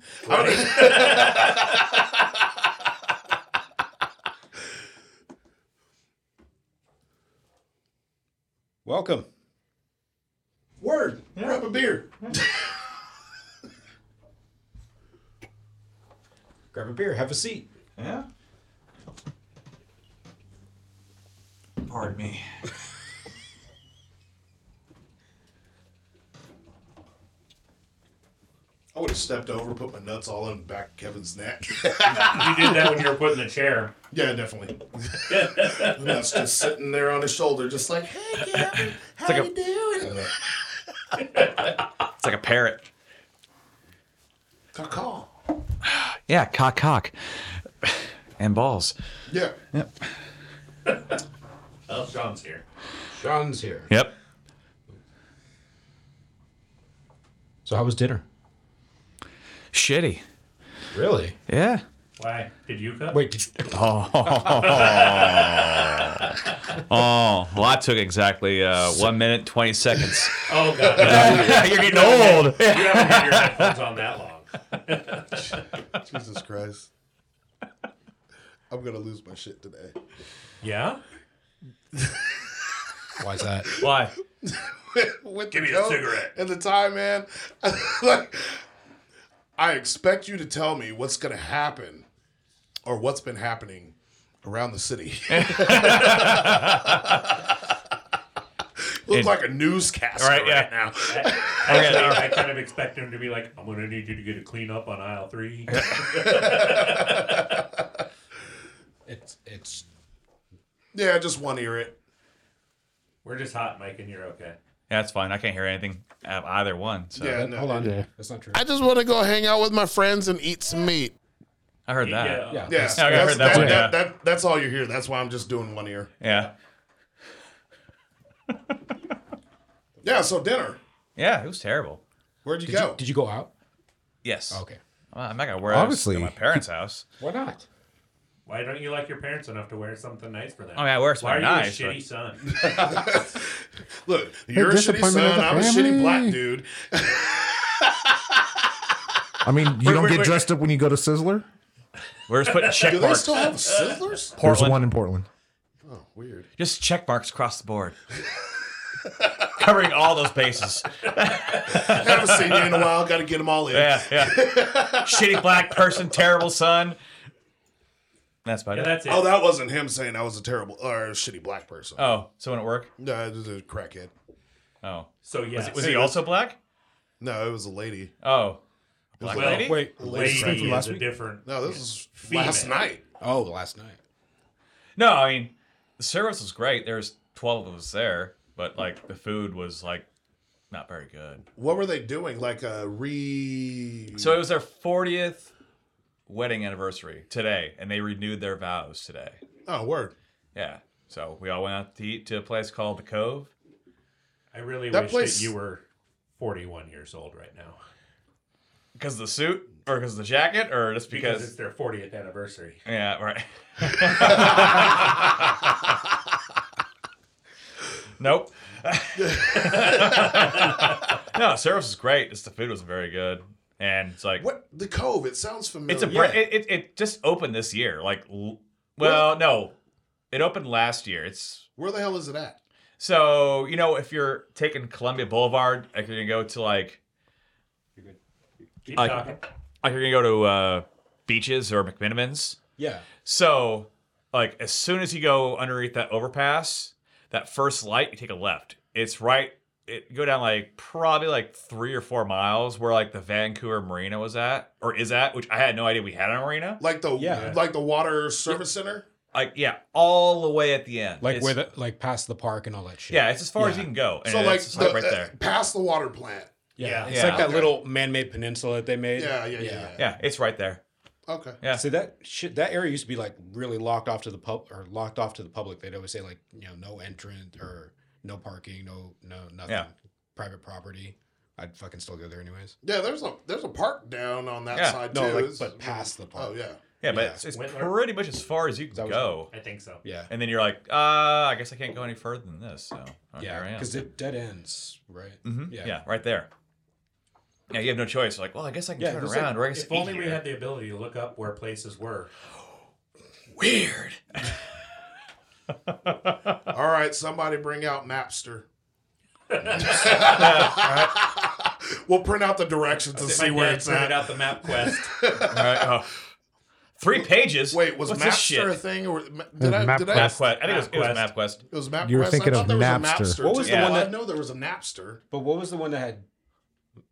Speaker 8: Welcome.
Speaker 1: Word. Grab a beer.
Speaker 3: Grab a beer, have a seat.
Speaker 8: Yeah. Pardon me.
Speaker 1: I would have stepped over, put my nuts all in the back of Kevin's neck.
Speaker 2: You did that when you were putting the chair.
Speaker 1: yeah, definitely. nuts just sitting there on his shoulder, just like, hey, Kevin, how
Speaker 9: like a-
Speaker 1: you doing?
Speaker 9: It's like a parrot.
Speaker 1: Caw-caw.
Speaker 9: Yeah, cock, cock, and balls.
Speaker 1: Yeah.
Speaker 2: Oh, Sean's here.
Speaker 3: Sean's here.
Speaker 9: Yep.
Speaker 3: So how was dinner?
Speaker 9: Shitty.
Speaker 3: Really?
Speaker 9: Yeah.
Speaker 2: Why? Did you cook?
Speaker 3: Wait, did,
Speaker 9: Oh, well, I took exactly uh, one minute twenty seconds.
Speaker 2: Oh, God. no.
Speaker 9: You're getting old.
Speaker 2: You haven't had your headphones on that long.
Speaker 1: Jesus Christ. I'm going to lose my shit today.
Speaker 2: Yeah?
Speaker 3: why's that?
Speaker 9: Why?
Speaker 1: with
Speaker 2: Give
Speaker 1: the
Speaker 2: me a
Speaker 1: joke
Speaker 2: cigarette.
Speaker 1: and the time, man. like, I expect you to tell me what's gonna happen or what's been happening around the city. Look
Speaker 9: It-
Speaker 1: like a newscaster
Speaker 9: All right,
Speaker 1: right,
Speaker 9: yeah.
Speaker 1: now.
Speaker 2: Actually, I kind of expect him to be like, I'm going to need you to get a clean up on aisle three.
Speaker 3: It's it's
Speaker 1: yeah, just one ear it.
Speaker 2: We're just hot, Mike, and you're okay.
Speaker 9: That's fine. I can't hear anything out of either one. So
Speaker 1: Yeah, no.
Speaker 3: hold on.
Speaker 4: Yeah.
Speaker 3: That's not true.
Speaker 7: I just want to go hang out with my friends and eat some meat.
Speaker 9: I heard that.
Speaker 3: yeah.
Speaker 1: Yeah,
Speaker 9: I
Speaker 1: that's-
Speaker 9: heard that one, yeah.
Speaker 1: that, that, that's all you hear. That's why I'm just doing one ear.
Speaker 9: Yeah.
Speaker 1: Yeah, so dinner.
Speaker 9: Yeah, it was terrible.
Speaker 1: Where'd you
Speaker 3: Did
Speaker 1: go?
Speaker 3: you, did you go out?
Speaker 9: Yes.
Speaker 3: Okay.
Speaker 9: Well, I'm not gonna wear. Obviously, at
Speaker 5: Obviously.
Speaker 9: my parents' house.
Speaker 3: Why not?
Speaker 2: Why don't you like your parents enough to wear something nice for them?
Speaker 9: Oh, yeah, I wear something
Speaker 2: Why are
Speaker 9: nice,
Speaker 2: you a
Speaker 9: but-
Speaker 2: shitty son?
Speaker 1: Look, you're a shitty
Speaker 4: disappointment of
Speaker 1: son.
Speaker 4: the
Speaker 1: I'm a shitty
Speaker 4: family.
Speaker 1: black dude.
Speaker 5: I mean, you don't get dressed up when you go to Sizzler.
Speaker 9: We're just putting check
Speaker 1: Do they
Speaker 9: marks.
Speaker 1: still have Sizzlers?
Speaker 5: There's
Speaker 9: Portland.
Speaker 5: one in Portland.
Speaker 1: Oh, weird.
Speaker 9: Just check marks across the board. Covering all those bases.
Speaker 1: Haven't seen you in a while. Got to get them all in.
Speaker 9: Yeah, yeah. Shitty black person, terrible son. That's about
Speaker 2: Yeah,
Speaker 9: it.
Speaker 2: that's it.
Speaker 1: Oh, that wasn't him saying I was a terrible or a shitty black person.
Speaker 9: oh, someone at work?
Speaker 1: No, it was a crackhead.
Speaker 9: Oh.
Speaker 2: so yes,
Speaker 9: Was he also black?
Speaker 1: No, it was a lady.
Speaker 9: Oh. Black
Speaker 2: Well,
Speaker 9: lady?
Speaker 3: Wait.
Speaker 2: lady
Speaker 3: from
Speaker 2: is
Speaker 3: last
Speaker 2: a
Speaker 3: week?
Speaker 2: different.
Speaker 1: No, this is
Speaker 2: Female.
Speaker 1: last night.
Speaker 3: Oh, last night.
Speaker 9: No, I mean, the service was great. There was 12 of us there, but like the food was like not very good.
Speaker 1: What were they doing? Like a re.
Speaker 9: So it was their 40th wedding anniversary today, and they renewed their vows today.
Speaker 1: oh, word.
Speaker 9: Yeah. So we all went out to eat to a place called The Cove.
Speaker 2: I really
Speaker 1: That
Speaker 2: wish
Speaker 1: place-
Speaker 2: that you were 41 years old right now
Speaker 9: Because of the suit, or because of the jacket, or just
Speaker 2: because
Speaker 9: because.
Speaker 2: it's their 40th anniversary.
Speaker 9: yeah, right. nope. no, service was great. It's the food was very good, and it's like
Speaker 1: What the Cove? It sounds familiar.
Speaker 9: it's a brand. It, it it just opened this year. Like, l- well, no, it opened last year. It's
Speaker 1: Where the hell is it at?
Speaker 9: so you know if you're taking Columbia Boulevard, like you're gonna go to like
Speaker 2: Keep
Speaker 9: I-
Speaker 2: talking.
Speaker 9: like you're gonna go to uh, beaches or McMinimans.
Speaker 3: Yeah.
Speaker 9: So like as soon as you go underneath that overpass, that first light, you take a left. It's right. It you go down like probably like three or four miles where like the Vancouver Marina was at or is at, which I had no idea we had a marina.
Speaker 1: Like the
Speaker 3: Yeah.
Speaker 1: like the water service center.
Speaker 9: Like yeah, all the way at the end.
Speaker 3: Like
Speaker 9: It's-
Speaker 3: where the like past the park and all that shit.
Speaker 9: yeah, it's as far as
Speaker 3: Yeah.
Speaker 9: you can go. And
Speaker 1: so like,
Speaker 9: it's
Speaker 1: the,
Speaker 9: like right
Speaker 1: uh,
Speaker 9: there.
Speaker 1: past the water plant.
Speaker 3: Yeah.
Speaker 2: Yeah.
Speaker 3: It's
Speaker 9: Yeah.
Speaker 3: like that
Speaker 1: Okay.
Speaker 3: little man-made peninsula that they made.
Speaker 1: Yeah, yeah, yeah.
Speaker 3: Yeah.
Speaker 1: yeah.
Speaker 9: Yeah, it's right there.
Speaker 1: Okay.
Speaker 9: Yeah.
Speaker 3: See that shit. That area used to be like really locked off to the pub or locked off to the public. They'd always say like you know no entrance or no parking, no no nothing,
Speaker 9: Yeah.
Speaker 3: private property. I'd fucking still go there anyways.
Speaker 1: Yeah, there's a there's a park down on that
Speaker 9: Yeah.
Speaker 1: side
Speaker 3: No,
Speaker 1: too.
Speaker 3: like,
Speaker 1: It's-
Speaker 3: but past the park.
Speaker 1: Oh yeah.
Speaker 9: Yeah, but
Speaker 3: Yeah.
Speaker 9: it's, it's
Speaker 2: Whitler.
Speaker 9: pretty much as far as you
Speaker 3: that
Speaker 9: can
Speaker 3: what-
Speaker 9: go.
Speaker 2: I think so.
Speaker 3: Yeah,
Speaker 9: And then you're like, ah, I guess I can't go any further than this. So okay, Oh, here I
Speaker 3: yeah,
Speaker 9: am.
Speaker 3: because it dead ends, right?
Speaker 9: Mhm.
Speaker 3: Yeah.
Speaker 9: Yeah. right there. Yeah, you have no choice. Like, well, I guess I can
Speaker 3: Yeah,
Speaker 9: turn
Speaker 3: there's like-
Speaker 9: around, or I guess
Speaker 2: If only we had
Speaker 9: have
Speaker 2: the ability to look up where places were.
Speaker 9: weird.
Speaker 1: All right, somebody bring out Napster. we'll print out the directions and
Speaker 2: My
Speaker 1: see
Speaker 2: dad
Speaker 1: where it's
Speaker 2: printed
Speaker 1: at.
Speaker 2: out the map quest.
Speaker 9: All right, oh. Three pages.
Speaker 1: Wait, was
Speaker 9: What's this shit?
Speaker 1: Napster a thing or did I
Speaker 4: Map
Speaker 1: did I
Speaker 9: MapQuest. I think it was, it was
Speaker 2: MapQuest.
Speaker 9: MapQuest.
Speaker 1: it was MapQuest?
Speaker 5: You were thinking
Speaker 1: I thought
Speaker 5: of
Speaker 1: there was a
Speaker 5: Napster.
Speaker 1: Napster.
Speaker 3: What was
Speaker 1: too.
Speaker 9: the one
Speaker 1: Well, I
Speaker 3: that-
Speaker 1: know there was a Napster.
Speaker 3: But what was the one that had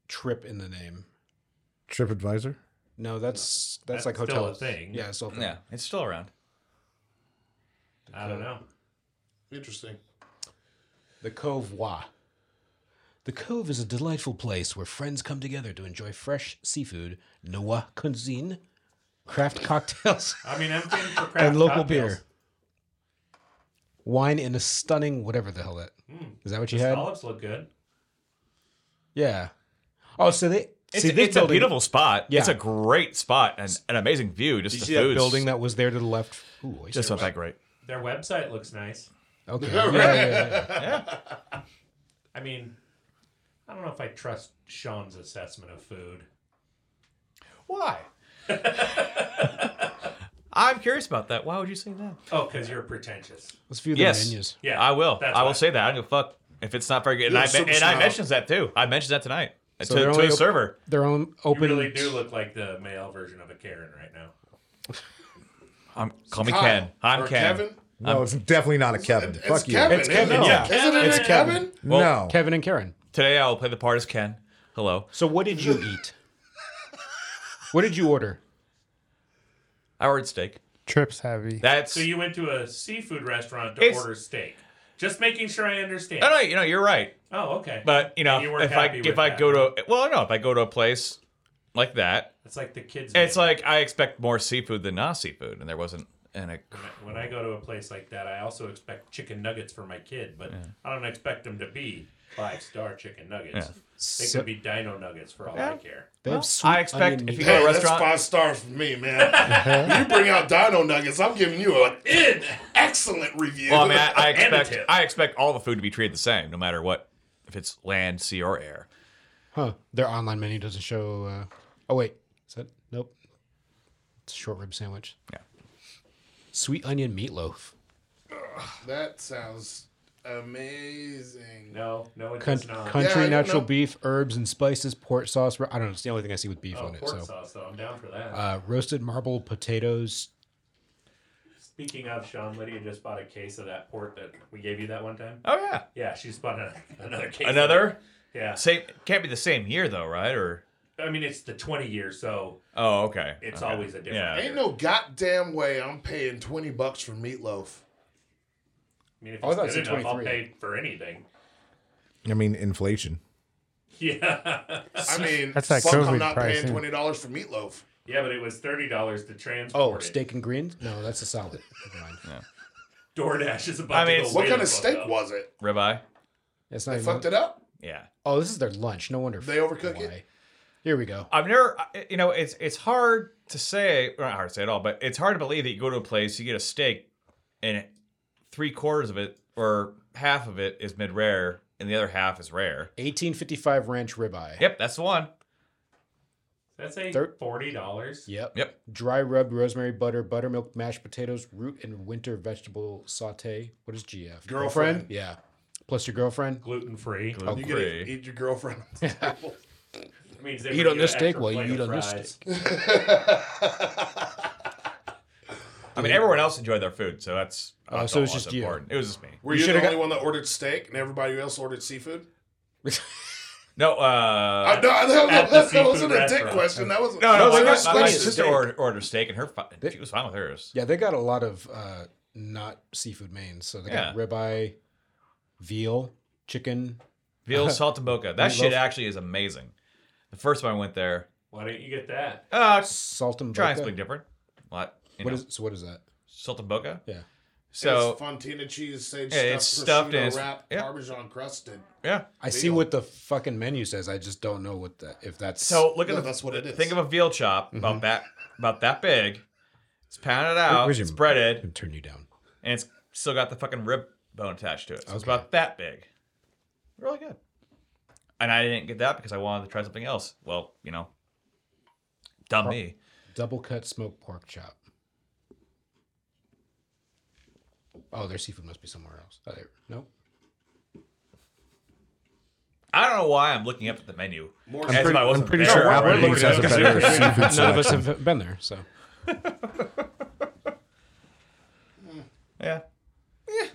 Speaker 3: trip in the name?
Speaker 5: TripAdvisor.
Speaker 3: No, that's that's,
Speaker 2: That's
Speaker 3: like
Speaker 2: still
Speaker 3: hotel
Speaker 2: a thing.
Speaker 3: Yeah, it's still a thing.
Speaker 9: Yeah, it's still around.
Speaker 2: I don't know.
Speaker 1: Interesting.
Speaker 3: The Cove Wa. The Cove is a delightful place where friends come together to enjoy fresh seafood, Noah cuisine, craft cocktails,
Speaker 2: I mean, I'm getting for craft
Speaker 3: and local
Speaker 2: cocktails.
Speaker 3: beer. Wine in a stunning whatever the hell that is
Speaker 9: Hmm.
Speaker 3: that what you had?
Speaker 2: Olives look good.
Speaker 3: Yeah. Oh, so they
Speaker 9: It's,
Speaker 3: see this
Speaker 9: it's a
Speaker 3: building-
Speaker 9: beautiful spot.
Speaker 3: Yeah.
Speaker 9: It's a great spot and an amazing view. Just
Speaker 3: Did you
Speaker 9: the
Speaker 3: see that
Speaker 9: foods.
Speaker 3: building that was there to the left? Ooh, oyster
Speaker 9: just not
Speaker 3: bar.
Speaker 9: that great.
Speaker 2: Their website looks nice.
Speaker 3: Okay. Yeah, yeah, yeah, yeah.
Speaker 2: I mean, I don't know if I trust Sean's assessment of food.
Speaker 9: Why? I'm curious about that. Why would you say that?
Speaker 2: Oh, because you're pretentious.
Speaker 3: Let's view the
Speaker 9: Yes.
Speaker 3: menus.
Speaker 2: Yeah,
Speaker 9: I will.
Speaker 2: that's
Speaker 9: I will
Speaker 2: why.
Speaker 9: say that. I don't give a fuck if it's not very good. And,
Speaker 1: You're
Speaker 9: I,
Speaker 1: a
Speaker 9: me-
Speaker 1: super
Speaker 9: and I
Speaker 1: snob.
Speaker 9: mentioned that too. I mentioned that tonight
Speaker 3: So
Speaker 9: to,
Speaker 3: they're
Speaker 9: to
Speaker 3: only
Speaker 9: a
Speaker 3: op-
Speaker 9: server.
Speaker 3: Their own
Speaker 2: You
Speaker 3: open.
Speaker 2: really do look like the male version of a Karen right now.
Speaker 9: I'm, call me
Speaker 1: Kyle
Speaker 9: Ken. I'm
Speaker 1: or
Speaker 9: Ken.
Speaker 1: Kevin.
Speaker 9: Um,
Speaker 5: No, it's definitely not a Kevin.
Speaker 1: It's
Speaker 5: Fuck you.
Speaker 1: Kevin.
Speaker 3: It's
Speaker 1: isn't
Speaker 3: Kevin,
Speaker 1: it?
Speaker 3: yeah.
Speaker 1: Isn't it
Speaker 3: It's
Speaker 1: a
Speaker 3: Kevin.
Speaker 1: Kevin?
Speaker 5: no.
Speaker 3: Kevin and Karen.
Speaker 9: Today I will play the part as Ken. Hello.
Speaker 3: So what did you eat? what did you order?
Speaker 9: I ordered steak.
Speaker 4: Trips heavy.
Speaker 9: That's
Speaker 2: So you went to a seafood restaurant to
Speaker 9: It's-
Speaker 2: order steak. Just making sure I understand.
Speaker 9: no, no, you know, you're right.
Speaker 2: Oh, okay.
Speaker 9: But you know,
Speaker 2: And you weren't
Speaker 9: if I
Speaker 2: happy
Speaker 9: if
Speaker 2: with
Speaker 9: I
Speaker 2: that,
Speaker 9: go to well, no, if I go to a place like that,
Speaker 2: it's like the kids.
Speaker 9: it's
Speaker 2: menu.
Speaker 9: like I expect more seafood than not seafood, and there wasn't. And I,
Speaker 2: when I go to a place like that, I also expect chicken nuggets for my kid, but I don't expect them to be five star chicken nuggets. They
Speaker 3: So-
Speaker 2: could be dino nuggets for all I care.
Speaker 3: They have sweet
Speaker 9: I expect
Speaker 3: onion
Speaker 9: if
Speaker 3: meat.
Speaker 9: you go to a
Speaker 1: Hey, That's
Speaker 9: restaurant,
Speaker 1: five stars for me, man. you bring out Dino Nuggets, I'm giving you an in- excellent review.
Speaker 9: well, I mean, I, I
Speaker 2: And a
Speaker 9: expect
Speaker 2: tip.
Speaker 9: I expect all the food to be treated the same, no matter what, if it's land, sea, or air.
Speaker 3: Huh. Their online menu doesn't show. Uh... Oh wait, is that nope? It's a short rib sandwich.
Speaker 9: Yeah.
Speaker 3: Sweet onion meatloaf.
Speaker 1: That sounds amazing.
Speaker 2: No, no, it
Speaker 3: Cunt-
Speaker 2: does not.
Speaker 3: Country
Speaker 1: Yeah, I don't
Speaker 3: natural
Speaker 1: know.
Speaker 3: beef, herbs and spices, port sauce. ro- I don't know. It's the only thing I see with beef
Speaker 2: oh,
Speaker 3: on it.
Speaker 2: pork
Speaker 3: So
Speaker 2: sauce, though. I'm down for that.
Speaker 3: uh, roasted marble potatoes.
Speaker 2: Speaking of, Sean Lydia just bought a case of that port that we gave you that one time.
Speaker 9: Oh yeah.
Speaker 2: Yeah, she's bought a, another case. of it.
Speaker 9: Another
Speaker 2: Yeah.
Speaker 9: same can't be the same year though, right? Or
Speaker 2: I mean, it's the 20 year, so
Speaker 9: oh okay.
Speaker 2: it's
Speaker 9: Okay.
Speaker 2: always a different.
Speaker 9: Yeah.
Speaker 2: year.
Speaker 1: Ain't no goddamn way I'm paying 20 bucks for meatloaf.
Speaker 2: I mean, if
Speaker 3: Oh, I
Speaker 2: it's
Speaker 3: thought it
Speaker 2: good
Speaker 3: said
Speaker 2: enough, I'll
Speaker 3: 23.
Speaker 2: pay for anything.
Speaker 5: I mean, inflation.
Speaker 2: Yeah.
Speaker 1: I mean,
Speaker 4: That's that
Speaker 1: fuck,
Speaker 4: COVID
Speaker 1: I'm not
Speaker 4: price,
Speaker 1: paying
Speaker 4: yeah.
Speaker 1: twenty dollars for meatloaf.
Speaker 2: yeah, but it was $30 to transport.
Speaker 3: Oh,
Speaker 2: it.
Speaker 3: steak and greens. No, that's a salad. Never mind.
Speaker 2: DoorDash is about
Speaker 9: I
Speaker 2: to
Speaker 9: mean, it's-
Speaker 2: go
Speaker 1: What
Speaker 2: way
Speaker 1: kind
Speaker 2: the
Speaker 1: of
Speaker 2: fuck
Speaker 1: steak
Speaker 2: up.
Speaker 1: was it?
Speaker 9: Ribeye.
Speaker 3: That's not.
Speaker 1: They
Speaker 3: even-
Speaker 1: fucked it up.
Speaker 9: Yeah.
Speaker 3: Oh, this is their lunch. No wonder
Speaker 1: They overcook it?
Speaker 3: Here we go.
Speaker 9: I've never, I- you know, it's it's hard to say, or not hard to say at all, but it's hard to believe that you go to a place, you get a steak, and three quarters of it or half of it is mid rare, and the other half is rare.
Speaker 3: 1855 ranch ribeye.
Speaker 9: Yep, that's the one.
Speaker 2: That's a
Speaker 3: Thir-
Speaker 2: $40.
Speaker 3: Yep.
Speaker 9: Yep.
Speaker 3: Dry rub, rosemary butter, buttermilk, mashed potatoes, root and winter vegetable saute. What is GF?
Speaker 1: Girlfriend?
Speaker 3: Yeah. Plus your girlfriend.
Speaker 2: Gluten free.
Speaker 1: You get to eat your girlfriend.
Speaker 2: Means they
Speaker 3: Eat
Speaker 2: bring
Speaker 3: on
Speaker 2: you
Speaker 3: this
Speaker 2: an
Speaker 3: steak
Speaker 2: extra
Speaker 3: while you
Speaker 2: plate
Speaker 3: eat
Speaker 2: of
Speaker 3: on this
Speaker 2: fries.
Speaker 3: steak.
Speaker 9: I mean, everyone else enjoyed their food, so that's
Speaker 3: Oh,
Speaker 9: that's
Speaker 3: so
Speaker 9: all
Speaker 3: it's
Speaker 9: that's
Speaker 3: just you.
Speaker 9: important. It was just me.
Speaker 1: Were
Speaker 3: You
Speaker 1: you, the
Speaker 3: shoulda
Speaker 1: only
Speaker 3: got-
Speaker 1: one that ordered steak and everybody else ordered seafood?
Speaker 9: No, uh,
Speaker 1: Uh, no, that,
Speaker 2: at the
Speaker 1: that, that wasn't
Speaker 2: seafood
Speaker 1: a dick
Speaker 2: restaurant.
Speaker 1: question. That was
Speaker 9: no,
Speaker 3: No,
Speaker 9: no, my,
Speaker 3: so
Speaker 9: my,
Speaker 3: it's
Speaker 9: my
Speaker 3: plenty of
Speaker 9: sister
Speaker 3: steak.
Speaker 9: ordered, ordered steak, and her fi- she was fine with hers.
Speaker 3: Yeah, they got a lot of uh, not seafood mains. So they got
Speaker 9: Yeah.
Speaker 3: ribeye, veal, chicken.
Speaker 9: Veal salt and boca. That
Speaker 3: Meatloaf.
Speaker 9: shit actually is amazing. The first time I went there,
Speaker 2: Why don't you get that?
Speaker 9: uh,
Speaker 3: Salt and
Speaker 9: trying
Speaker 3: boca.
Speaker 9: something different. A lot, you
Speaker 3: What
Speaker 9: know,
Speaker 3: is so what is that?
Speaker 9: salt and boca.
Speaker 3: Yeah.
Speaker 9: So
Speaker 1: it's fontina cheese, sage
Speaker 9: Yeah, it's
Speaker 1: stuffed,
Speaker 9: stuffed and
Speaker 1: prosciutto
Speaker 9: it's-
Speaker 1: wrap,
Speaker 9: yeah.
Speaker 1: parmesan crusted.
Speaker 9: Yeah.
Speaker 3: I see what the fucking menu says. I just don't know what that if that's
Speaker 9: So look at
Speaker 1: No,
Speaker 9: the,
Speaker 1: that's what it is.
Speaker 9: Think of a veal chop about that about that big. It's pounded out.
Speaker 3: Where's your-
Speaker 9: it's breaded,
Speaker 3: I'll turn you down.
Speaker 9: and it's still got the fucking rib bone attached to it. So it's
Speaker 3: Okay.
Speaker 9: about that big. Really good. And I didn't get that because I wanted to try something else. Well, you know, dumb me.
Speaker 3: Double cut smoked pork chop. Oh, their seafood must be somewhere else. Oh, there- nope.
Speaker 9: I don't know why I'm looking up at the menu.
Speaker 1: More
Speaker 9: as if I wasn't
Speaker 5: pretty
Speaker 9: there
Speaker 5: sure Robert
Speaker 9: already.
Speaker 5: thinks that's a
Speaker 9: Because
Speaker 5: better seafood
Speaker 3: None of us
Speaker 5: selection.
Speaker 3: have been there, so
Speaker 9: Yeah. Yeah.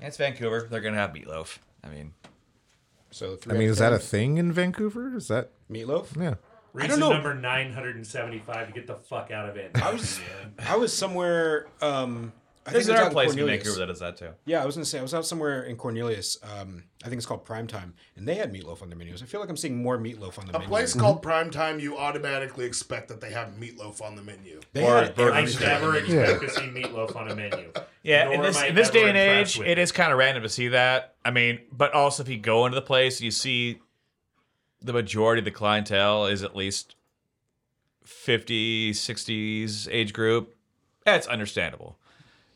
Speaker 9: It's Vancouver. They're gonna have meatloaf. I mean,
Speaker 3: so.
Speaker 5: I mean, is that a thing in Vancouver? Is that
Speaker 3: meatloaf?
Speaker 5: yeah?
Speaker 2: Reason
Speaker 8: know.
Speaker 2: number 975 to get the fuck out of it.
Speaker 8: I was I was somewhere. Um, I
Speaker 9: there's
Speaker 8: think it was out
Speaker 9: another
Speaker 8: in
Speaker 9: place in
Speaker 8: Cornelius.
Speaker 9: Vancouver that does that too.
Speaker 3: Yeah, I was gonna say I was out somewhere in Cornelius. Um, I think it's called Primetime, and they had meatloaf on their menus. I feel like I'm seeing more meatloaf on the
Speaker 1: a
Speaker 3: menu.
Speaker 1: place called Primetime, you automatically expect that they have meatloaf on the menu.
Speaker 3: They
Speaker 9: Or
Speaker 3: had
Speaker 9: Burger
Speaker 2: I
Speaker 3: everything.
Speaker 2: never expect to see meatloaf on a menu.
Speaker 9: Yeah,
Speaker 2: Nor
Speaker 9: in this
Speaker 2: am I
Speaker 9: in this
Speaker 2: ever
Speaker 9: day and
Speaker 2: impressed
Speaker 9: age,
Speaker 2: with
Speaker 9: it is kind of random to see that. I mean, but also if you go into the place and you see the majority of the clientele is at least 50, 60s age group, that's understandable.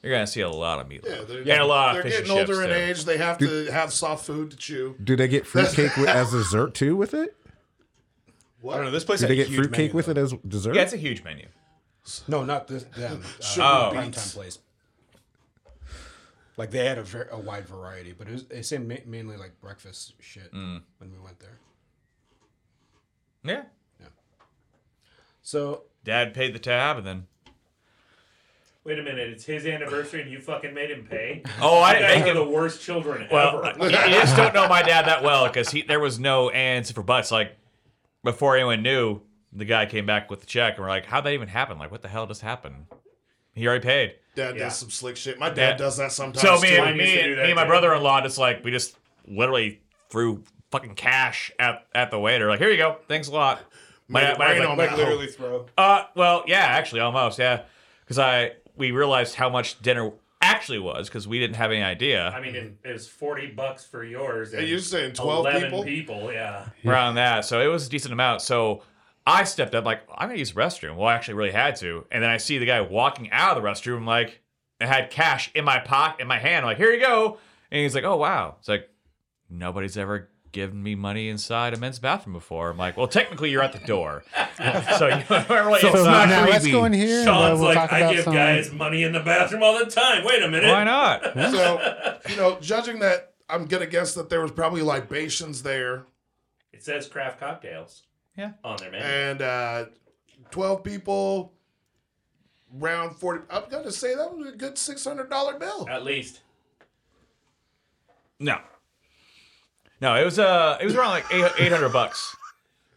Speaker 9: You're gonna see a lot of meat.
Speaker 1: Yeah, they're,
Speaker 9: and a lot
Speaker 1: they're
Speaker 9: of fish
Speaker 1: getting
Speaker 9: and
Speaker 1: older
Speaker 9: chips,
Speaker 1: in
Speaker 9: too.
Speaker 1: age. They have to have soft food to chew.
Speaker 5: Do they get fruitcake wi- as dessert too with it?
Speaker 8: I don't know. This place
Speaker 5: Do
Speaker 8: had
Speaker 5: they
Speaker 8: a
Speaker 5: get
Speaker 8: huge
Speaker 5: fruitcake
Speaker 8: menu,
Speaker 5: with
Speaker 8: though.
Speaker 5: it as dessert?
Speaker 9: Yeah, it's a huge menu.
Speaker 3: No, not this them. Uh,
Speaker 9: Oh.
Speaker 3: Primetime place. Like they had a, ver- a wide variety, but it was it seemed ma- mainly like breakfast shit when we went there.
Speaker 9: Yeah,
Speaker 3: So
Speaker 9: Dad paid the tab, and then
Speaker 2: Wait a minute, it's his anniversary and you fucking made him pay?
Speaker 9: oh, I
Speaker 2: You
Speaker 9: didn't
Speaker 2: guys are
Speaker 9: make it.
Speaker 2: the worst children
Speaker 9: Well,
Speaker 2: ever.
Speaker 9: you you just don't know my dad that well because he there was no ands for buts. Like before anyone knew, the guy came back with the check, and we're like, "How'd that even happen? Like, what the hell just happened? He already paid."
Speaker 1: Dad
Speaker 2: Yeah.
Speaker 1: does some slick shit. My dad
Speaker 9: Yeah.
Speaker 1: does that sometimes.
Speaker 9: So me,
Speaker 1: too.
Speaker 2: used
Speaker 9: and, me,
Speaker 2: to
Speaker 9: and,
Speaker 2: do that
Speaker 9: me and my
Speaker 2: too.
Speaker 9: brother-in-law just like we just literally threw fucking cash at at the waiter. Like, here you go, thanks a lot. My,
Speaker 1: Made
Speaker 9: dad-
Speaker 1: it
Speaker 9: my dad's
Speaker 1: rain on
Speaker 9: like,
Speaker 3: Oh.
Speaker 8: Like
Speaker 1: that
Speaker 8: literally throw.
Speaker 9: uh, well, yeah, actually, almost, yeah, because I we realized how much dinner actually was because we didn't have any idea.
Speaker 2: I mean, it,
Speaker 9: Mm-hmm.
Speaker 2: it was 40 bucks for yours.
Speaker 1: Yeah,
Speaker 2: and
Speaker 1: you're saying 12 people?
Speaker 2: yeah.
Speaker 9: around that. So it was a decent amount. So I stepped up, like, I'm gonna use the restroom. Well, I actually really had to. And then I see the guy walking out of the restroom, like, I had cash in my pocket, in my hand. I'm like, here you go. And he's like, oh, wow. It's like, nobody's ever given me money inside a men's bathroom before. I'm like, well, technically you're at the door, so you really, it's not
Speaker 4: now let's
Speaker 9: creepy.
Speaker 4: go in here. and
Speaker 2: Sean's
Speaker 4: we'll
Speaker 2: like,
Speaker 4: talk
Speaker 2: I
Speaker 4: about
Speaker 2: give
Speaker 4: some-
Speaker 2: guys money in the bathroom all the time. Wait a minute.
Speaker 9: Why not?
Speaker 1: So, you know, judging that, I'm gonna guess that there was probably libations there,
Speaker 2: It says craft cocktails.
Speaker 9: Yeah.
Speaker 2: On there, man.
Speaker 1: and uh, twelve people, round forty. I'm gonna say that was a good six hundred dollar bill.
Speaker 2: At least.
Speaker 9: No, no, it was uh, it was around like eight eight hundred bucks.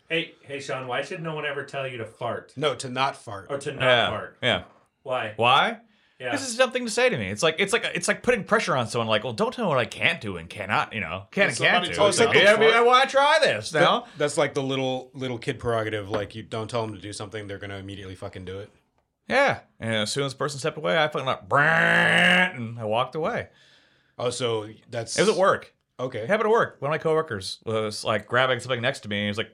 Speaker 2: Hey, hey, Sean. Why should no one ever tell you to fart
Speaker 3: No, to not fart.
Speaker 2: or to not
Speaker 9: Yeah,
Speaker 2: fart?
Speaker 9: yeah.
Speaker 2: Why?
Speaker 9: Why?
Speaker 2: Yeah.
Speaker 9: This is something to say to me. It's like it's like it's like putting pressure on someone. Like, well, don't tell me what I can't do and cannot. You know, can and can't
Speaker 1: somebody
Speaker 9: do.
Speaker 1: told
Speaker 9: It's
Speaker 1: you
Speaker 9: like,
Speaker 8: don't
Speaker 9: yeah, I mean,
Speaker 8: fart.
Speaker 9: why try this now?
Speaker 3: That's like the little little kid prerogative. Like you don't tell them to do something, they're gonna immediately fucking do it.
Speaker 9: Yeah. And as soon as the person stepped away, I fucking like, "Brrrr," and I walked away.
Speaker 3: Oh, so that's
Speaker 9: It was at work.
Speaker 3: Okay.
Speaker 9: It happened at work. One of my coworkers was like grabbing something next to me and he was like,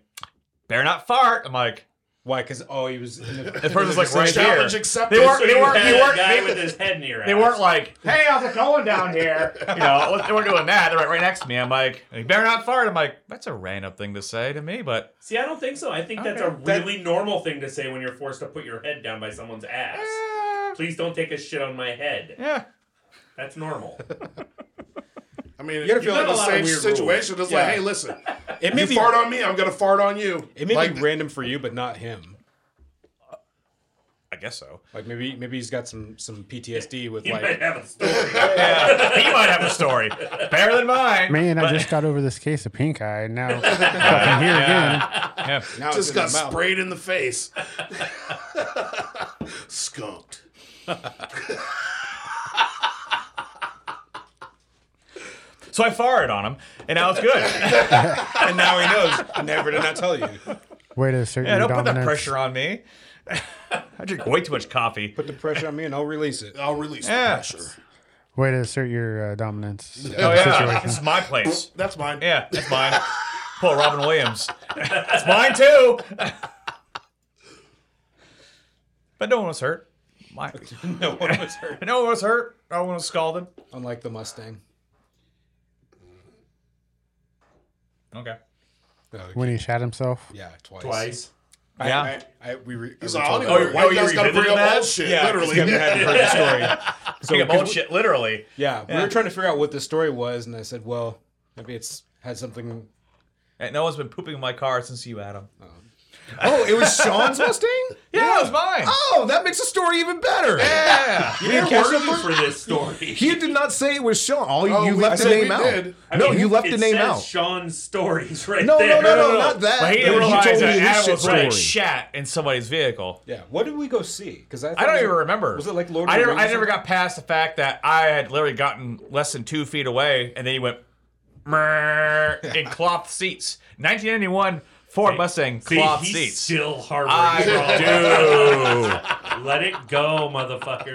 Speaker 9: better not fart. I'm like,
Speaker 3: Why? Because oh, he was. In the,
Speaker 9: this person's like right
Speaker 1: Challenge
Speaker 9: here.
Speaker 1: accepted.
Speaker 9: They weren't,
Speaker 2: so
Speaker 9: they
Speaker 2: you
Speaker 9: weren't,
Speaker 2: had
Speaker 9: they
Speaker 2: a
Speaker 9: weren't,
Speaker 2: guy
Speaker 9: they,
Speaker 2: with his head in your
Speaker 9: they
Speaker 2: ass.
Speaker 9: weren't like, hey, how's it going down here? You know, they weren't doing that. They're right, right next to me. I'm like, you better not fart. I'm like, that's a random thing to say to me, but
Speaker 2: See, I don't think so. I think that's a really normal thing to say when you're forced to put your head down by someone's ass. Please don't take a shit on my head.
Speaker 9: yeah.
Speaker 2: That's normal.
Speaker 1: I mean, you
Speaker 3: gotta
Speaker 1: got
Speaker 3: feel like
Speaker 1: in
Speaker 2: a
Speaker 1: the
Speaker 2: lot of
Speaker 1: same
Speaker 2: weird
Speaker 1: situation. It's
Speaker 3: Yeah.
Speaker 1: like, hey, listen,
Speaker 3: it may
Speaker 1: you
Speaker 3: be
Speaker 1: fart on me, I'm gonna fart on you.
Speaker 3: it may
Speaker 1: like,
Speaker 3: be random for you, but not him.
Speaker 9: I guess so.
Speaker 3: Like maybe maybe he's got some some PTSD with
Speaker 2: You
Speaker 3: like
Speaker 2: might have a story.
Speaker 9: Yeah. he might have a story better than mine.
Speaker 4: Man, I
Speaker 9: but-
Speaker 4: just got over this case of pink eye, and now fucking here again.
Speaker 9: Yeah.
Speaker 3: now it's
Speaker 1: just
Speaker 3: in
Speaker 1: got
Speaker 3: his mouth.
Speaker 1: sprayed in the face. Skunked.
Speaker 9: So I farted on him, and now it's good.
Speaker 3: and now he knows never to not tell you.
Speaker 4: Way to assert
Speaker 9: Yeah,
Speaker 4: your
Speaker 9: don't put that
Speaker 4: dominance.
Speaker 9: pressure on me. I drink way too much coffee.
Speaker 3: Put the pressure on me, and I'll release it.
Speaker 1: I'll release
Speaker 9: Yeah.
Speaker 1: the pressure.
Speaker 4: Way to assert your uh, dominance.
Speaker 9: Oh yeah, this is my place.
Speaker 1: That's mine.
Speaker 9: Yeah, that's mine. Pull Robin Williams. It's mine too. but no one was hurt. My,
Speaker 3: No one was hurt.
Speaker 9: no one was hurt. No one was scalded.
Speaker 3: Unlike the Mustang.
Speaker 9: Okay.
Speaker 3: Oh,
Speaker 4: When he shot himself.
Speaker 3: yeah, twice.
Speaker 2: Twice.
Speaker 3: I,
Speaker 9: Yeah.
Speaker 3: I, I, we re,
Speaker 1: He's
Speaker 3: I
Speaker 1: like, I don't even know
Speaker 3: retold that.
Speaker 9: Oh,
Speaker 1: why
Speaker 9: you
Speaker 1: you guys gotta bring
Speaker 9: revisited
Speaker 1: up
Speaker 9: that?
Speaker 1: old shit.
Speaker 3: Yeah, 'cause
Speaker 1: literally.
Speaker 3: we haven't heard the story.
Speaker 9: So
Speaker 3: because we-
Speaker 9: bullshit, literally.
Speaker 3: Yeah, we
Speaker 9: Yeah.
Speaker 3: were trying to figure out what the story was, and I said, well, maybe it's had something.
Speaker 9: And no one's been pooping in my car since you, Adam.
Speaker 5: Oh, it was Sean's Mustang?
Speaker 9: Yeah, it was mine.
Speaker 5: Oh, that makes the story even better.
Speaker 9: Yeah.
Speaker 2: You're working for this story.
Speaker 5: He did not say it was Sean. All you,
Speaker 1: Oh,
Speaker 5: you
Speaker 1: we- I
Speaker 5: left the
Speaker 1: said
Speaker 5: name
Speaker 1: we
Speaker 5: out.
Speaker 1: did.
Speaker 5: no, you left
Speaker 2: it
Speaker 5: the name
Speaker 2: says
Speaker 5: out.
Speaker 2: Sean's stories right
Speaker 5: No, no,
Speaker 2: there.
Speaker 5: no, no, not that.
Speaker 9: But he
Speaker 5: You
Speaker 9: didn't realize
Speaker 5: told me
Speaker 9: that
Speaker 5: this
Speaker 9: Adam
Speaker 5: shit
Speaker 9: was right
Speaker 5: story.
Speaker 9: shat in somebody's vehicle.
Speaker 3: Yeah, what did we go see? Because I,
Speaker 9: I
Speaker 3: thought
Speaker 9: don't
Speaker 3: it-
Speaker 9: even remember.
Speaker 3: Was it like Lord?
Speaker 9: I
Speaker 3: of the
Speaker 9: never, I
Speaker 3: Rings or
Speaker 9: never got past the fact that I had literally gotten less than two feet away, and then he went "Mrrr," in cloth seats. 1991 Ford Mustang
Speaker 2: See,
Speaker 9: cloth
Speaker 2: he's
Speaker 9: seats.
Speaker 2: still harboring trauma.
Speaker 9: I do.
Speaker 2: Let it go, motherfucker.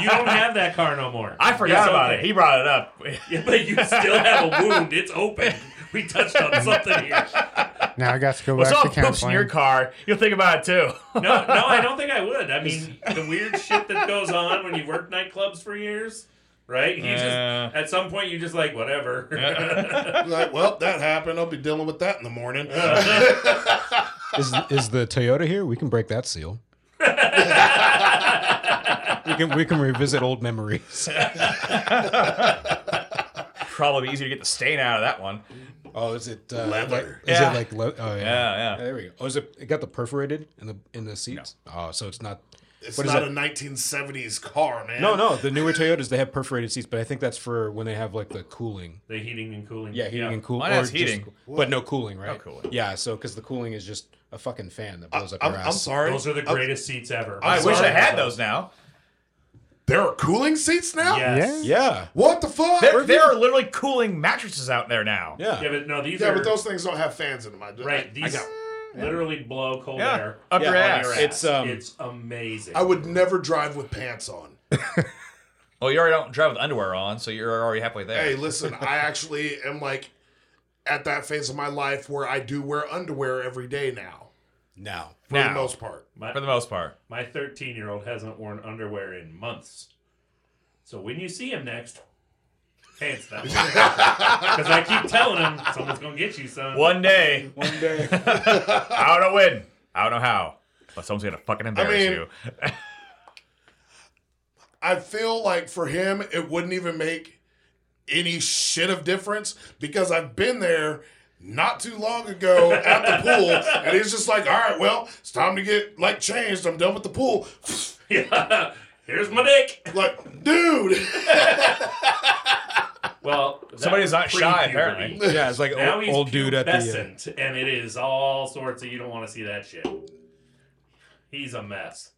Speaker 2: you don't have that car no more.
Speaker 9: I forgot
Speaker 2: It's
Speaker 9: about
Speaker 2: okay.
Speaker 9: it. He brought it up.
Speaker 2: Yeah, but you still have a wound. It's open. We touched on something here.
Speaker 4: Now I got to go
Speaker 9: Well,
Speaker 4: back to
Speaker 9: someone poops in
Speaker 4: counseling.
Speaker 9: your car, you'll think about it too.
Speaker 2: No, no, I don't think I would. I mean, the weird shit that goes on when you work nightclubs for years, right? You
Speaker 9: Yeah.
Speaker 2: just at some point you just like whatever.
Speaker 1: Like, well, that happened. I'll be dealing with that in the morning.
Speaker 3: Is, is the Toyota here? We can break that seal. we can we can revisit old memories.
Speaker 9: Probably easier to get the stain out of that one.
Speaker 3: Oh, is it uh,
Speaker 1: Leather.
Speaker 3: Like, is
Speaker 9: Yeah.
Speaker 3: it like le- oh yeah.
Speaker 9: Yeah, yeah.
Speaker 3: There we go. Oh, is it? It got the perforated in the in the seats. Oh, so it's not.
Speaker 1: It's
Speaker 3: What is
Speaker 1: not
Speaker 3: that?
Speaker 1: a 1970s car, man.
Speaker 3: No, no. The newer Toyotas they have perforated seats, but I think that's for when they have like the cooling.
Speaker 2: the heating and cooling.
Speaker 3: Yeah, heating and cooling.
Speaker 9: Mine has heating.
Speaker 3: but no cooling, right? No
Speaker 9: cooling.
Speaker 3: Yeah, so because the cooling is just a fucking fan that blows up
Speaker 1: I'm,
Speaker 3: your ass.
Speaker 1: I'm sorry.
Speaker 2: Those are the
Speaker 1: I'm-
Speaker 2: greatest seats ever.
Speaker 9: I wish I
Speaker 1: sorry.
Speaker 9: had those now.
Speaker 1: there are cooling seats now?
Speaker 2: Yes. Yeah.
Speaker 3: Yeah,
Speaker 1: What the fuck?
Speaker 9: There, there are literally cooling mattresses out there now.
Speaker 3: yeah.
Speaker 2: but no, these
Speaker 1: yeah,
Speaker 2: are
Speaker 1: but those things don't have fans in them. I,
Speaker 2: right.
Speaker 1: I, I,
Speaker 2: These
Speaker 1: got-
Speaker 2: literally blow cold
Speaker 9: Yeah,
Speaker 2: air
Speaker 9: up
Speaker 2: on
Speaker 9: your ass.
Speaker 2: your ass.
Speaker 3: It's, um,
Speaker 2: it's amazing.
Speaker 1: I would never drive with pants on.
Speaker 9: Well, you already don't drive with underwear on, so you're already halfway there.
Speaker 1: Hey, listen, I actually am like at that phase of my life where I do wear underwear every day now,
Speaker 3: Now,
Speaker 1: for
Speaker 9: Now.
Speaker 1: the most part.
Speaker 2: my,
Speaker 9: for the most part.
Speaker 2: my 13 year old hasn't worn underwear in months. So when you see him next, pants down. Because I keep telling him, someone's going to get you, son.
Speaker 9: One day,
Speaker 8: One day.
Speaker 9: I don't know when, I don't know how, but someone's gonna fucking embarrass
Speaker 1: mean-
Speaker 9: you.
Speaker 1: I feel like for him, it wouldn't even make any shit of difference because I've been there not too long ago at the pool, and he's just like, "All right, well, it's time to get like changed. I'm done with the pool."
Speaker 2: Yeah. Here's my dick.
Speaker 1: Like, dude,
Speaker 2: Well, that
Speaker 9: Somebody's
Speaker 2: was
Speaker 9: not shy,
Speaker 2: pre-puberty.
Speaker 9: apparently.
Speaker 8: Yeah, it's like
Speaker 2: Now
Speaker 8: old,
Speaker 2: he's
Speaker 8: old dude at the. Uh,
Speaker 2: pubescent, and it is all sorts of. You don't want to see that shit. He's a mess.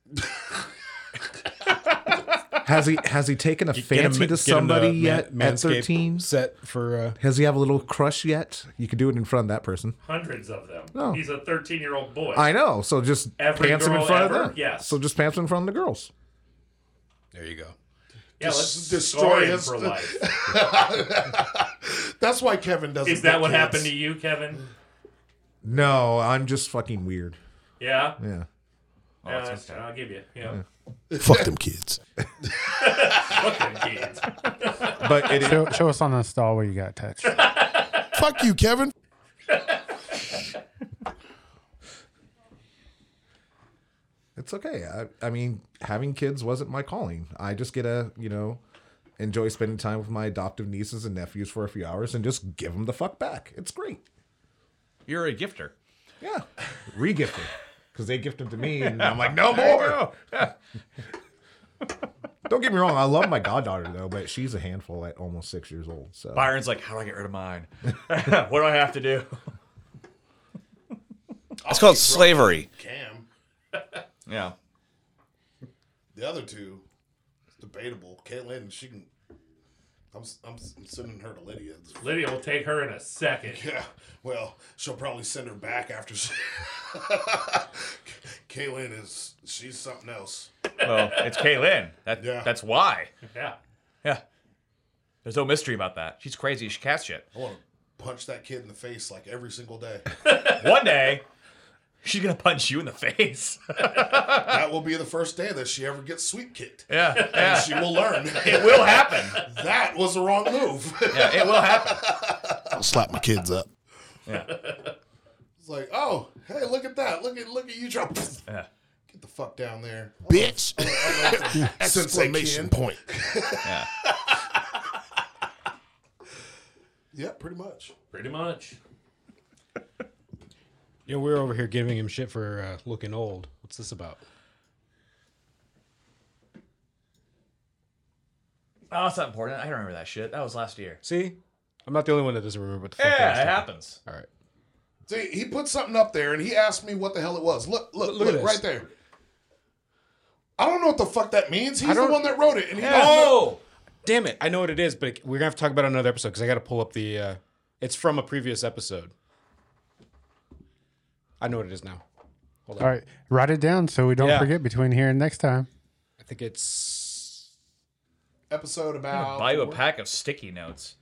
Speaker 5: Has he has he taken a
Speaker 8: get him-
Speaker 5: fancy
Speaker 8: get him
Speaker 5: to
Speaker 8: the
Speaker 5: somebody
Speaker 8: man-
Speaker 5: yet at
Speaker 8: Manscaped
Speaker 5: thirteen?
Speaker 8: set for. Uh,
Speaker 5: Has he have a little crush yet? You could do it in front of that person.
Speaker 2: Hundreds of them.
Speaker 5: Oh.
Speaker 2: He's a 13 year old boy.
Speaker 5: I know. So just
Speaker 2: Every
Speaker 5: pants him in
Speaker 2: girl
Speaker 5: front
Speaker 2: ever?
Speaker 5: of them.
Speaker 2: Yes.
Speaker 5: So just pants him in front of the girls.
Speaker 8: there you go.
Speaker 2: yeah, let's
Speaker 1: just
Speaker 2: destroy
Speaker 1: destroy
Speaker 2: him
Speaker 1: his-
Speaker 2: for life.
Speaker 1: that's why Kevin doesn't.
Speaker 2: Is that
Speaker 1: get
Speaker 2: what
Speaker 1: kids.
Speaker 2: happened to you, Kevin?
Speaker 5: No, I'm just fucking weird.
Speaker 2: Yeah.
Speaker 5: Yeah.
Speaker 9: Oh,
Speaker 2: Yeah,
Speaker 9: that's okay.
Speaker 2: I'll give you. Yeah.
Speaker 7: Fuck them kids.
Speaker 2: Fuck them kids.
Speaker 5: But it
Speaker 4: Show, show us on the stall where you got touched.
Speaker 7: Fuck you, Kevin.
Speaker 5: it's okay. I, I mean, having kids wasn't my calling. I just get a you know enjoy spending time with my adoptive nieces and nephews for a few hours and just give them the fuck back. It's great.
Speaker 9: You're a gifter.
Speaker 5: Yeah. Regifted. Because they gifted to me, and I'm like, no more. Don't get me wrong. I love my goddaughter, though, but she's a handful at almost six years old. So
Speaker 9: Byron's like, how do I get rid of mine? what do I have to do?
Speaker 6: It's called slavery.
Speaker 1: Cam?
Speaker 9: Yeah.
Speaker 1: The other two, it's debatable. Caitlin, she can. I'm, I'm sending her to Lydia.
Speaker 2: Lydia will take her in a second.
Speaker 1: Yeah, well, she'll probably send her back after she. Kaylin is she's something else.
Speaker 9: Well, it's Kaylin. That,
Speaker 1: Yeah.
Speaker 9: That's why.
Speaker 2: Yeah.
Speaker 9: Yeah. There's no mystery about that. She's crazy. She cat shit.
Speaker 1: I want to punch that kid in the face like every single day.
Speaker 9: One day, she's gonna punch you in the face.
Speaker 1: that will be the first day that she ever gets sweep kicked.
Speaker 9: yeah.
Speaker 1: And
Speaker 9: yeah.
Speaker 1: she will learn
Speaker 9: It will happen.
Speaker 1: that was the wrong move.
Speaker 9: Yeah, it will happen.
Speaker 7: I'll slap my kids up.
Speaker 1: it's like, oh, hey, look at that! Look at look at you drop.
Speaker 9: Yeah.
Speaker 1: Get the fuck down there,
Speaker 7: Bitch!
Speaker 1: Sensei
Speaker 7: Exclamation
Speaker 1: Ken.
Speaker 7: point.
Speaker 9: Yeah.
Speaker 1: Yeah, pretty much.
Speaker 2: Pretty much.
Speaker 3: You know, we're over here giving him shit for uh, looking old. What's this about?
Speaker 9: Oh, it's not important. I don't remember that shit. That was last year.
Speaker 3: See, I'm not the only one that doesn't remember what the fuck. that
Speaker 9: Yeah,
Speaker 3: was
Speaker 9: it
Speaker 3: talking-
Speaker 9: happens.
Speaker 3: All right.
Speaker 1: See, he put something up there and he asked me what the hell it was. Look, look,
Speaker 3: Look
Speaker 1: look,
Speaker 3: at this.
Speaker 1: right there. I don't know what the fuck that means. He's the
Speaker 3: don't-
Speaker 1: one that wrote it, and he doesn't know-
Speaker 9: Oh,
Speaker 3: Damn it! I know what it is, but it- we're gonna have to talk about it on another episode because I got to pull up the. Uh, it's from a previous episode. I know what it is now.
Speaker 4: All right, write it down so we don't
Speaker 3: Yeah.
Speaker 4: forget between here and next time.
Speaker 3: I think it's.
Speaker 1: episode about
Speaker 9: buy you a pack of sticky notes.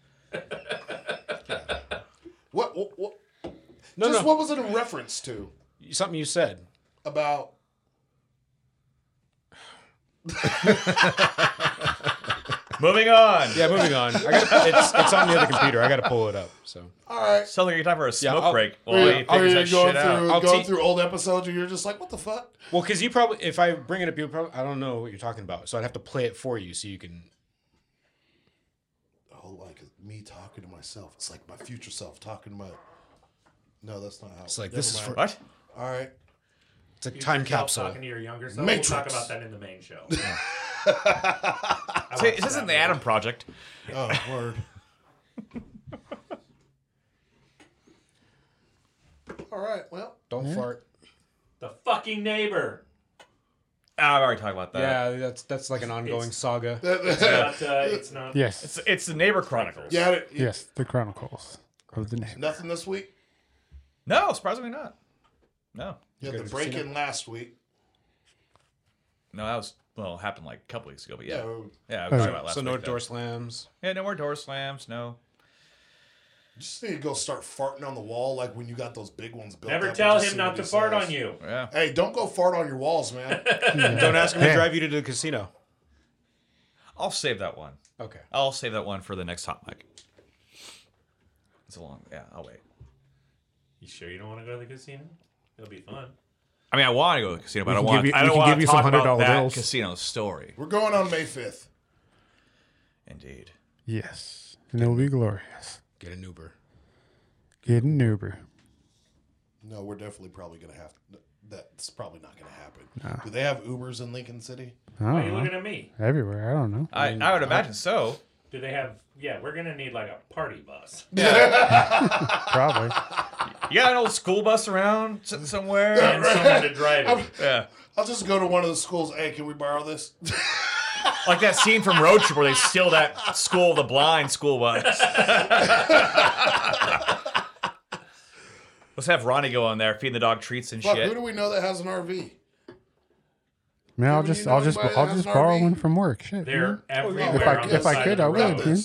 Speaker 1: what, what, what
Speaker 3: No,
Speaker 1: just
Speaker 3: no.
Speaker 1: what was it in reference to
Speaker 3: Something you said.
Speaker 1: about
Speaker 9: Moving on.
Speaker 3: Yeah, moving on. I got, it's, it's on the other computer. I got to pull it up. So
Speaker 1: all right
Speaker 9: Sounds like you're time for a smoke
Speaker 3: I'll-
Speaker 9: break.
Speaker 1: Are
Speaker 9: Well,
Speaker 1: you-
Speaker 9: he
Speaker 1: are
Speaker 9: figures
Speaker 1: you
Speaker 9: that
Speaker 1: going
Speaker 9: shit
Speaker 1: through
Speaker 9: out.
Speaker 3: I'll
Speaker 1: going
Speaker 3: te-
Speaker 1: through old episodes and you're just like what the fuck
Speaker 3: well, because you probably if I bring it up, you probably I don't know what you're talking about, so I'd have to play it for you so you can.
Speaker 1: oh like me talking to myself it's like my future self talking to my no that's not how
Speaker 3: It's like
Speaker 1: Never
Speaker 3: this is
Speaker 1: mind.
Speaker 3: for
Speaker 9: What?
Speaker 1: all right
Speaker 3: it's a
Speaker 2: You
Speaker 3: time
Speaker 2: yourself
Speaker 3: capsule.
Speaker 2: Talking to your younger self. We'll talk
Speaker 1: Matrix.
Speaker 2: about that in the main show.
Speaker 9: See, This isn't the Adam Project.
Speaker 1: oh word all right well
Speaker 3: Don't fart.
Speaker 2: the fucking neighbor.
Speaker 9: Ah, I've already talked about that.
Speaker 3: Yeah, that's that's like an ongoing saga.
Speaker 2: But, uh, it's not.
Speaker 4: Yes,
Speaker 9: It's, it's the Neighbor Chronicles.
Speaker 1: yeah it-
Speaker 4: yes, the Chronicles of the Name.
Speaker 1: nothing this week
Speaker 9: No, surprisingly not. No.
Speaker 1: you had the
Speaker 3: guys
Speaker 1: break
Speaker 3: seen
Speaker 1: in last week
Speaker 9: No, that was, well, it happened like a couple weeks ago, but yeah.
Speaker 1: Oh,
Speaker 9: Yeah, I was talking about last
Speaker 3: so no
Speaker 9: week, though.
Speaker 3: door slams.
Speaker 9: Yeah, no more door slams. No.
Speaker 1: just need to go start farting on the wall like when you got those big ones built up
Speaker 2: Never
Speaker 1: and
Speaker 2: tell
Speaker 1: just
Speaker 2: him
Speaker 1: see
Speaker 2: not
Speaker 1: what
Speaker 2: to
Speaker 1: he
Speaker 2: fart
Speaker 1: says.
Speaker 2: on you.
Speaker 9: Yeah.
Speaker 1: Hey, don't go fart on your walls, man.
Speaker 3: Don't ask him to drive you to the casino.
Speaker 9: I'll save that one.
Speaker 3: Okay.
Speaker 9: I'll save that one for the next hot mic. It's a long. Yeah, I'll wait.
Speaker 2: You sure you don't want to go to the casino? It'll be fun.
Speaker 9: I mean, I want to go to the casino, but I
Speaker 5: can
Speaker 9: don't
Speaker 5: give
Speaker 9: want.
Speaker 5: you-
Speaker 9: I
Speaker 5: we
Speaker 9: don't
Speaker 5: can
Speaker 9: want
Speaker 5: give
Speaker 9: to
Speaker 5: you some
Speaker 9: talk about
Speaker 5: $100
Speaker 9: that
Speaker 5: bills.
Speaker 9: casino story.
Speaker 1: We're going on May 5th.
Speaker 9: Indeed.
Speaker 4: Yes. And it will be glorious.
Speaker 3: Get an Uber.
Speaker 4: Get an Uber.
Speaker 1: No, we're definitely probably going to have That's probably not going to happen. Do they have Ubers in Lincoln City?
Speaker 4: I
Speaker 2: Why are
Speaker 4: don't
Speaker 2: you
Speaker 4: know.
Speaker 2: looking at me?
Speaker 4: Everywhere. I don't know.
Speaker 9: I, I would imagine so.
Speaker 2: Do they have? Yeah, we're gonna need like a party bus.
Speaker 4: Probably.
Speaker 9: You got an old school bus around s- somewhere?
Speaker 2: and someone to drive it.
Speaker 9: yeah.
Speaker 1: I'll just go to one of the schools. Hey, can we borrow this?
Speaker 9: Like that scene from Road Trip where they steal that school, the blind school bus. Let's have Ronnie go on there, feeding the dog treats and
Speaker 1: Fuck,
Speaker 9: shit.
Speaker 1: who do we know that has an RV?
Speaker 4: Man, I'll
Speaker 1: Dude, you
Speaker 4: just,
Speaker 1: know
Speaker 4: I'll just,
Speaker 1: anybody
Speaker 4: I'll
Speaker 1: that
Speaker 4: just
Speaker 1: has an
Speaker 4: borrow
Speaker 1: RV?
Speaker 4: one from work. Shit.
Speaker 2: They're everywhere.
Speaker 4: Mm-hmm. Oh, If I-
Speaker 2: on the
Speaker 4: if I
Speaker 2: side
Speaker 4: could,
Speaker 2: of the
Speaker 4: I would,
Speaker 2: road.
Speaker 4: dude.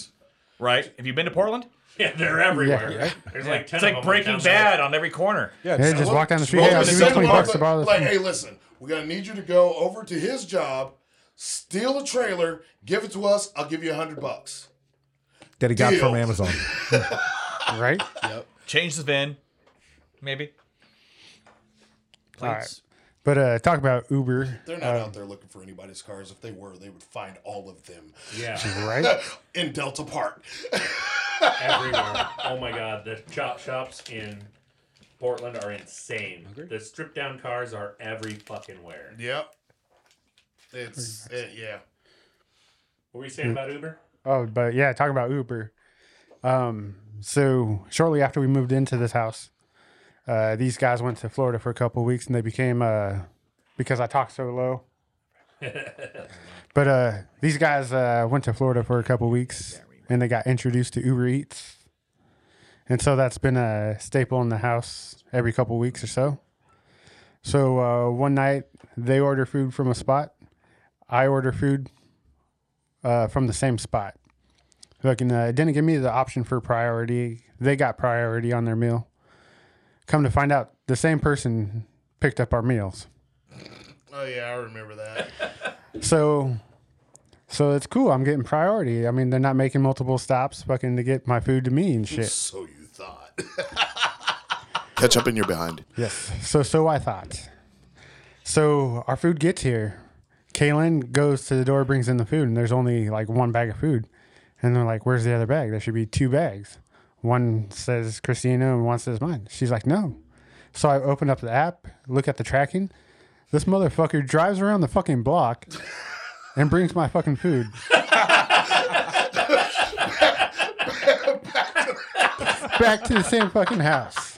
Speaker 9: right? Have you been to Portland?
Speaker 2: Yeah, they're everywhere.
Speaker 4: Yeah.
Speaker 2: There's like ten. of
Speaker 9: It's like
Speaker 2: them
Speaker 9: Breaking
Speaker 2: down there.
Speaker 9: Bad on every corner.
Speaker 4: Yeah, just
Speaker 1: Well,
Speaker 4: walk down the street.
Speaker 1: well,
Speaker 4: Hey, I'll
Speaker 1: but
Speaker 4: give you
Speaker 1: send
Speaker 4: 20
Speaker 1: them
Speaker 4: bucks
Speaker 1: up,
Speaker 4: to borrow this.
Speaker 1: Like,
Speaker 4: thing.
Speaker 1: hey, listen, we're gonna need you to go over to his job, steal a trailer, give it to us. I'll give you a hundred bucks.
Speaker 5: that he got
Speaker 1: Deal.
Speaker 5: from Amazon.
Speaker 4: Right?
Speaker 9: Change the VIN, maybe.
Speaker 4: All right. But uh, talk about Uber,
Speaker 1: They're not out there looking for anybody's cars. If they were, they would find all of them
Speaker 2: Yeah,
Speaker 4: right?
Speaker 1: in Delta Park.
Speaker 2: everywhere. Oh my God, the chop shops in Portland are insane. The stripped down cars are every fucking where.
Speaker 1: Yep. It's eh, yeah.
Speaker 2: What were you saying about Uber?
Speaker 4: Oh, but yeah, talk about Uber. Um, so shortly after we moved into this house, uh, these guys went to Florida for a couple of weeks, and they became uh, because I talk so low. but uh, these guys uh, went to Florida for a couple of weeks, and they got introduced to Uber Eats, and so that's been a staple in the house every couple of weeks or so. So uh, one night they order food from a spot, I order food uh, from the same spot. Fucking uh, it didn't give me the option for priority. They got priority on their meal. Come to find out, the same person picked up our meals.
Speaker 1: Oh yeah, I remember that.
Speaker 4: So, so it's cool. I'm getting priority. I mean, they're not making multiple stops fucking to get my food to me and shit.
Speaker 1: so you thought.
Speaker 7: Catch up and you're behind.
Speaker 4: Yes. So, so I thought. So our food gets here. Kaylin goes to the door, brings in the food, and there's only like one bag of food. And they're like, "Where's the other bag? There should be two bags. One says Christina, and one says mine." She's like, "No." So I open up the app, look at the tracking. This motherfucker drives around the fucking block and brings my fucking food. Back to the same fucking house.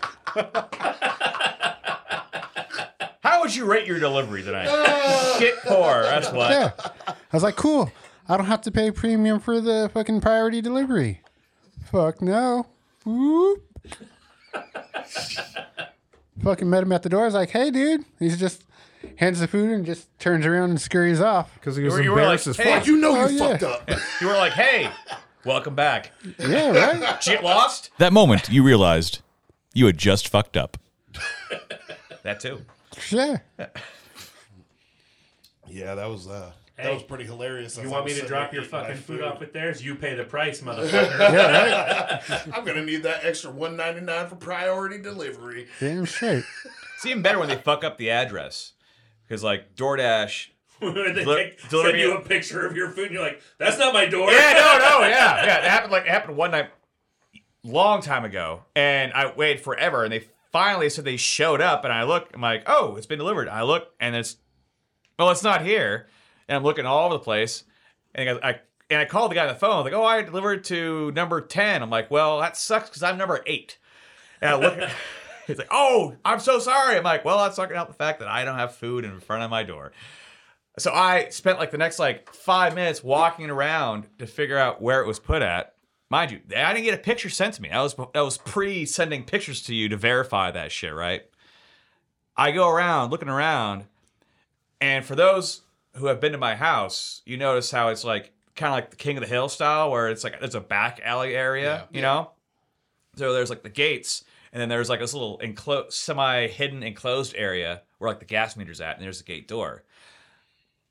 Speaker 9: How would you rate your delivery tonight? Shit poor, that's what.
Speaker 4: Yeah. I was like, cool. I don't have to pay premium for the fucking priority delivery. Fuck no. Whoop. fucking met him at the door. I was like, hey, dude. He's just hands the food and just turns around and scurries off.
Speaker 5: Because he was
Speaker 9: You were- you were
Speaker 5: embarrassed
Speaker 9: like,
Speaker 5: as
Speaker 9: "Hey."
Speaker 5: fuck.
Speaker 1: Like you know
Speaker 4: Oh,
Speaker 1: you
Speaker 4: yeah.
Speaker 1: fucked up.
Speaker 9: You were like, hey, welcome back.
Speaker 4: Yeah, right?
Speaker 9: Shit lost?
Speaker 6: That moment, you realized you had just fucked up.
Speaker 9: That too.
Speaker 4: yeah.
Speaker 1: Yeah, that was uh,
Speaker 2: Hey,
Speaker 1: that was pretty hilarious.
Speaker 2: You
Speaker 1: as I
Speaker 2: want me
Speaker 1: was
Speaker 2: to
Speaker 1: sitting
Speaker 2: drop
Speaker 1: there
Speaker 2: your
Speaker 1: eating my
Speaker 2: fucking food off with theirs? You pay the price, motherfucker.
Speaker 1: I'm gonna need that extra 1.99 for priority delivery.
Speaker 4: Damn straight.
Speaker 9: It's even better when they fuck up the address. Because, like, DoorDash.
Speaker 2: they
Speaker 9: Del-
Speaker 2: take, send
Speaker 9: delivery-
Speaker 2: you a picture of your food, and you're like, "That's not my door."
Speaker 9: Yeah, no, no, yeah. Yeah, it happened, like, it happened one night, long time ago. And I waited forever. And they finally said they showed up. And I look, I'm like, oh, it's been delivered. I look, and it's, well, it's not here. And I'm looking all over the place. And I, I and I called the guy on the phone. I was like, oh, I delivered to number 10. I'm like, well, that sucks because I'm number eight. And I look, he's like, oh, I'm so sorry. I'm like, well, that's sucking out the fact that I don't have food in front of my door. So I spent like the next like five minutes walking around to figure out where it was put at. Mind you, I didn't get a picture sent to me. I was I was pre sending pictures to you to verify that shit, right? I go around looking around, and for those who have been to my house, you notice how it's like kind of like the King of the Hill style, where it's like there's a back alley area, you know. So there's like the gates, and then there's like this little enclosed, semi hidden enclosed area where like the gas meter's at, and there's the gate door.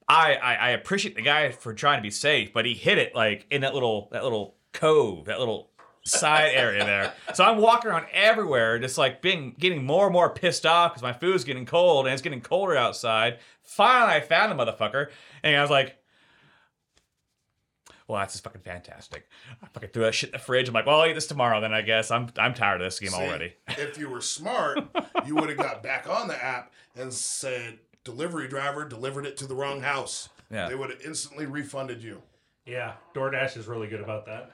Speaker 9: I, I I appreciate the guy for trying to be safe, but he hit it like in that little that little cove, that little side area there. So I'm walking around everywhere, just like being getting more and more pissed off because my food's getting cold and it's getting colder outside. Finally, I found the motherfucker, and I was like. Well, that's just fucking fantastic. I fucking threw that shit in the fridge. I'm like, well, I'll eat this tomorrow then, I guess. I'm I'm tired of this game
Speaker 1: See,
Speaker 9: already.
Speaker 1: if you were smart, you would have got back on the app and said, "Delivery driver delivered it to the wrong house."
Speaker 9: Yeah.
Speaker 1: They would have instantly refunded you.
Speaker 2: Yeah, DoorDash is really good about that.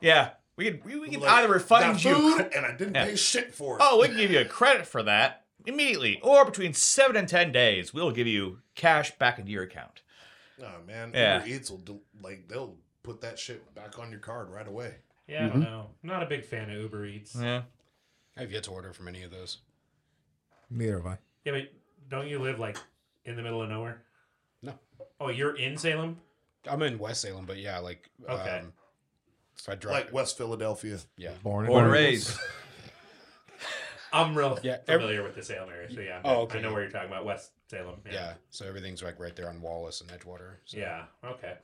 Speaker 9: Yeah, we can we, we can
Speaker 1: Like,
Speaker 9: either refund
Speaker 1: got
Speaker 9: you.
Speaker 1: food, and I didn't
Speaker 9: Yeah.
Speaker 1: pay shit for it.
Speaker 9: Oh, we can give you a credit for that immediately, or between seven and ten days, we'll give you cash back into your account.
Speaker 1: No, man.
Speaker 9: Yeah.
Speaker 1: Uber Eats will do, like they'll put that shit back on your card right away.
Speaker 2: Yeah, I don't know. I'm not a big fan of Uber Eats. Yeah,
Speaker 9: Mm-hmm. Yeah.
Speaker 8: I've yet to order from any of those.
Speaker 5: Neither have I.
Speaker 2: but don't you live like in the middle of nowhere?
Speaker 8: No.
Speaker 2: Oh, you're in Salem?
Speaker 8: I'm in West Salem, but yeah, like
Speaker 2: Okay.
Speaker 8: um, so I drive.
Speaker 1: Like West Philadelphia.
Speaker 8: yeah.
Speaker 5: Born,
Speaker 9: Born and raised.
Speaker 2: I'm real
Speaker 8: Yeah, ev-
Speaker 2: familiar with the Salem area, so yeah.
Speaker 8: Oh, okay.
Speaker 2: I know where you're talking about, West Salem.
Speaker 8: yeah. So everything's like right there on Wallace and Edgewater. So.
Speaker 2: Yeah. Okay.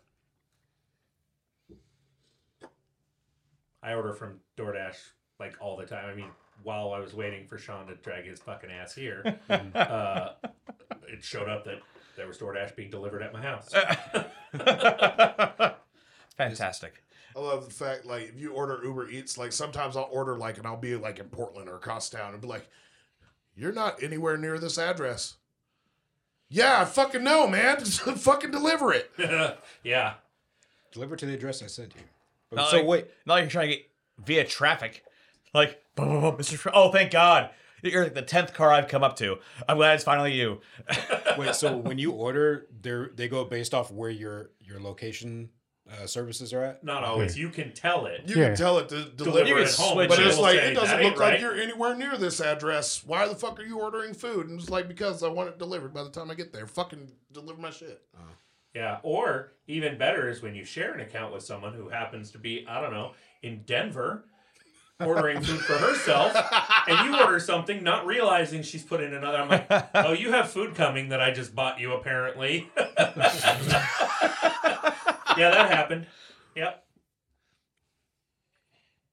Speaker 2: I order from DoorDash like all the time. I mean, while I was waiting for Sean to drag his fucking ass here, uh, it showed up that there was DoorDash being delivered at my house.
Speaker 9: Fantastic.
Speaker 1: I love the fact like if you order Uber Eats, like sometimes I'll order like and I'll be like in Portland or Crosstown and be like, You're not anywhere near this address. Yeah, I fucking know, man. Just fucking deliver it.
Speaker 2: yeah.
Speaker 8: Deliver to the address I sent you. But-
Speaker 9: Not
Speaker 8: so
Speaker 9: like-
Speaker 8: wait,
Speaker 9: Not like you're trying to get via traffic. Like, boom, boom, boom, Mr. Tra- oh, thank God. You're like the tenth car I've come up to. I'm glad it's finally you.
Speaker 8: wait. So when you order, they they go based off where your your location uh, services are at.
Speaker 2: Not always. You can tell it.
Speaker 1: You
Speaker 4: Yeah.
Speaker 1: can tell it to
Speaker 2: Deliver
Speaker 1: deliver
Speaker 9: can
Speaker 1: it.
Speaker 2: at home,
Speaker 9: switch
Speaker 1: But
Speaker 9: it.
Speaker 1: it's like
Speaker 2: Say,
Speaker 1: it doesn't
Speaker 2: "That ain't
Speaker 1: look like
Speaker 2: right."
Speaker 1: you're anywhere near this address. Why the fuck are you ordering food? And it's like because I want it delivered by the time I get there. Fucking deliver my shit.
Speaker 2: Yeah, or even better is when you share an account with someone who happens to be, I don't know, in Denver ordering food for herself and you order something not realizing she's put in another I'm like, "Oh, you have food coming that I just bought you apparently." yeah, that happened. Yep.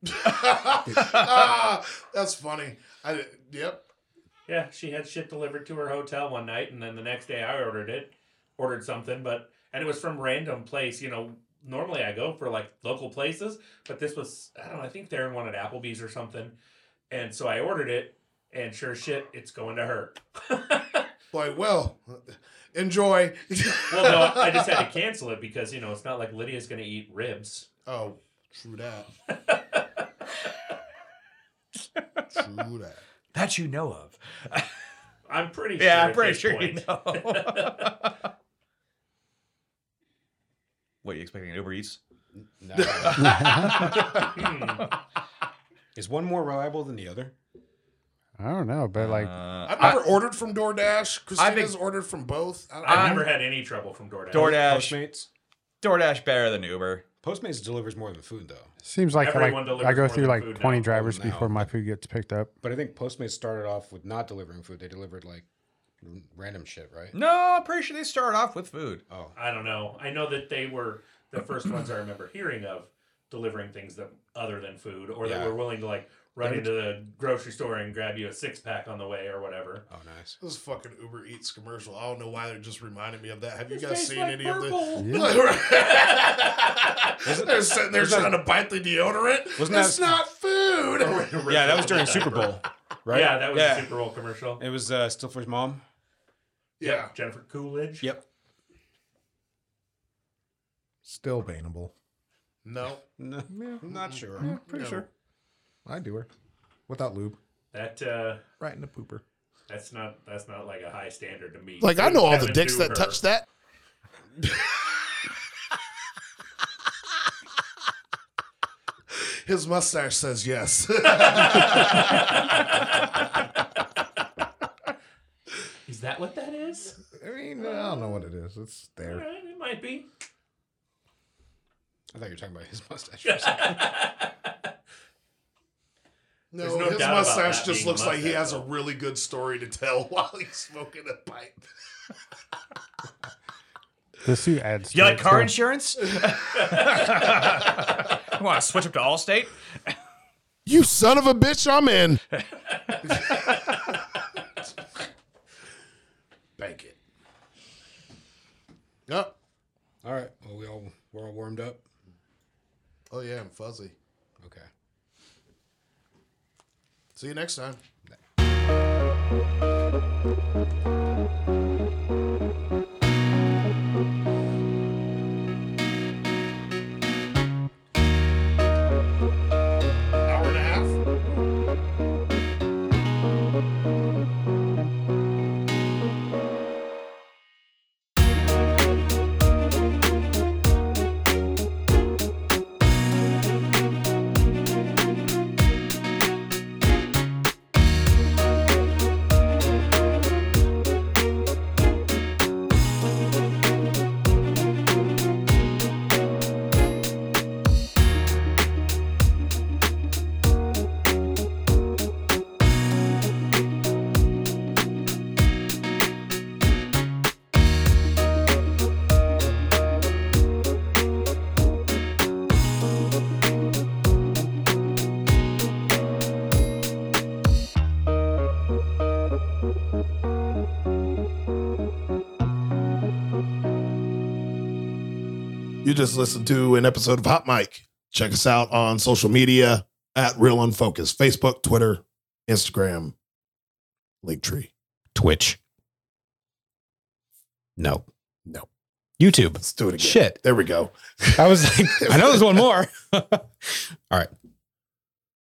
Speaker 1: ah, that's funny. I did- yep.
Speaker 2: Yeah, she had shit delivered to her hotel one night and then the next day I ordered it. Ordered something, but and it was from random place, you know, normally I go for like local places, but this was I don't know, I think Darren wanted Applebee's or something. And so I ordered it and sure as shit, it's going to her.
Speaker 1: Like, well, enjoy.
Speaker 2: Well no, I just had to cancel it because you know it's not like Lydia's gonna eat ribs.
Speaker 1: Oh, true that. true that.
Speaker 9: That you know of.
Speaker 2: I'm pretty sure.
Speaker 9: Yeah,
Speaker 2: at
Speaker 9: I'm pretty
Speaker 2: this
Speaker 9: sure
Speaker 2: point.
Speaker 9: you know. what you expecting? Uber Eats?
Speaker 8: No.
Speaker 2: Hmm,
Speaker 8: Is one more reliable than the other?
Speaker 4: I don't know, but like,
Speaker 2: Uh,
Speaker 9: Uh,
Speaker 1: I've never ordered from DoorDash.
Speaker 9: I've been-
Speaker 1: Christina's ordered from both. I,
Speaker 2: I've
Speaker 1: I,
Speaker 2: never had any trouble from DoorDash.
Speaker 9: DoorDash.
Speaker 8: Postmates.
Speaker 9: DoorDash better than Uber.
Speaker 8: Postmates delivers more than food though.
Speaker 4: seems like, like
Speaker 2: everyone delivers
Speaker 4: I go
Speaker 2: more
Speaker 4: through
Speaker 2: than
Speaker 4: like
Speaker 2: food now.
Speaker 4: 20 drivers
Speaker 8: Oh, no.
Speaker 4: before my food gets picked up.
Speaker 8: But I think Postmates started off with not delivering food. They delivered like r- random shit, right?
Speaker 9: No, I'm pretty sure they start off with food.
Speaker 8: Oh,
Speaker 2: I don't know. I know that they were the first ones I remember hearing of delivering things that other than food, or
Speaker 8: Yeah.
Speaker 2: they were willing to like run into the grocery store and grab you a six pack on the way or whatever.
Speaker 8: oh, nice.
Speaker 1: this fucking Uber Eats commercial. I don't know why it just reminded me of that. Have you guys
Speaker 2: tastes
Speaker 1: seen
Speaker 2: like
Speaker 1: any
Speaker 2: purple.
Speaker 1: of the? They're sitting there trying to bite the deodorant.
Speaker 8: Wasn't
Speaker 1: it's
Speaker 8: that-
Speaker 1: not
Speaker 2: Oh,
Speaker 1: food.
Speaker 9: Yeah, that was
Speaker 8: during Super Bowl, right?
Speaker 2: Yeah, that was
Speaker 8: Yeah.
Speaker 2: a Super Bowl commercial.
Speaker 8: It was uh, Stifler's mom.
Speaker 1: yeah.
Speaker 2: Jennifer Coolidge.
Speaker 8: Yep.
Speaker 5: Still baneable.
Speaker 1: No.
Speaker 8: No, not sure.
Speaker 5: Pretty sure. I do her. Without lube.
Speaker 2: That uh,
Speaker 5: Right in the pooper.
Speaker 2: that's not that's not like a high standard to me.
Speaker 7: Like I know all the
Speaker 2: Kevin
Speaker 7: dicks that
Speaker 2: Dooher.
Speaker 7: touch that.
Speaker 1: His mustache says yes.
Speaker 2: Is that what that is?
Speaker 5: I mean, I don't know what it is. It's
Speaker 2: All
Speaker 5: there.
Speaker 2: right, it might be.
Speaker 8: I thought you were talking about his mustache. for a second.
Speaker 1: No,
Speaker 2: There's no
Speaker 1: his
Speaker 2: doubt about
Speaker 1: mustache
Speaker 2: that
Speaker 1: just
Speaker 2: being a
Speaker 1: looks like he
Speaker 2: mustache,
Speaker 1: has a
Speaker 2: though.
Speaker 1: really good story to tell while he's smoking a pipe.
Speaker 4: The suit adds. to
Speaker 9: You like
Speaker 4: it,
Speaker 9: car
Speaker 4: too.
Speaker 9: insurance? you want to switch up to Allstate?
Speaker 1: You son of a bitch, I'm in.
Speaker 10: Bank it.
Speaker 1: Yep.
Speaker 3: All right. Well, we all we're all warmed up.
Speaker 1: Oh, yeah, I'm fuzzy.
Speaker 3: Okay.
Speaker 1: See you next time.
Speaker 10: Hour and a half.
Speaker 1: You just listened to an episode of Hot Mic. Check us out on social media at Real Unfocused Facebook, Twitter, Instagram, Linktree.
Speaker 3: Twitch. No.
Speaker 1: No.
Speaker 3: YouTube.
Speaker 1: Let's do it again.
Speaker 3: Shit.
Speaker 1: There we go.
Speaker 3: I was like, I know there's one more. all right.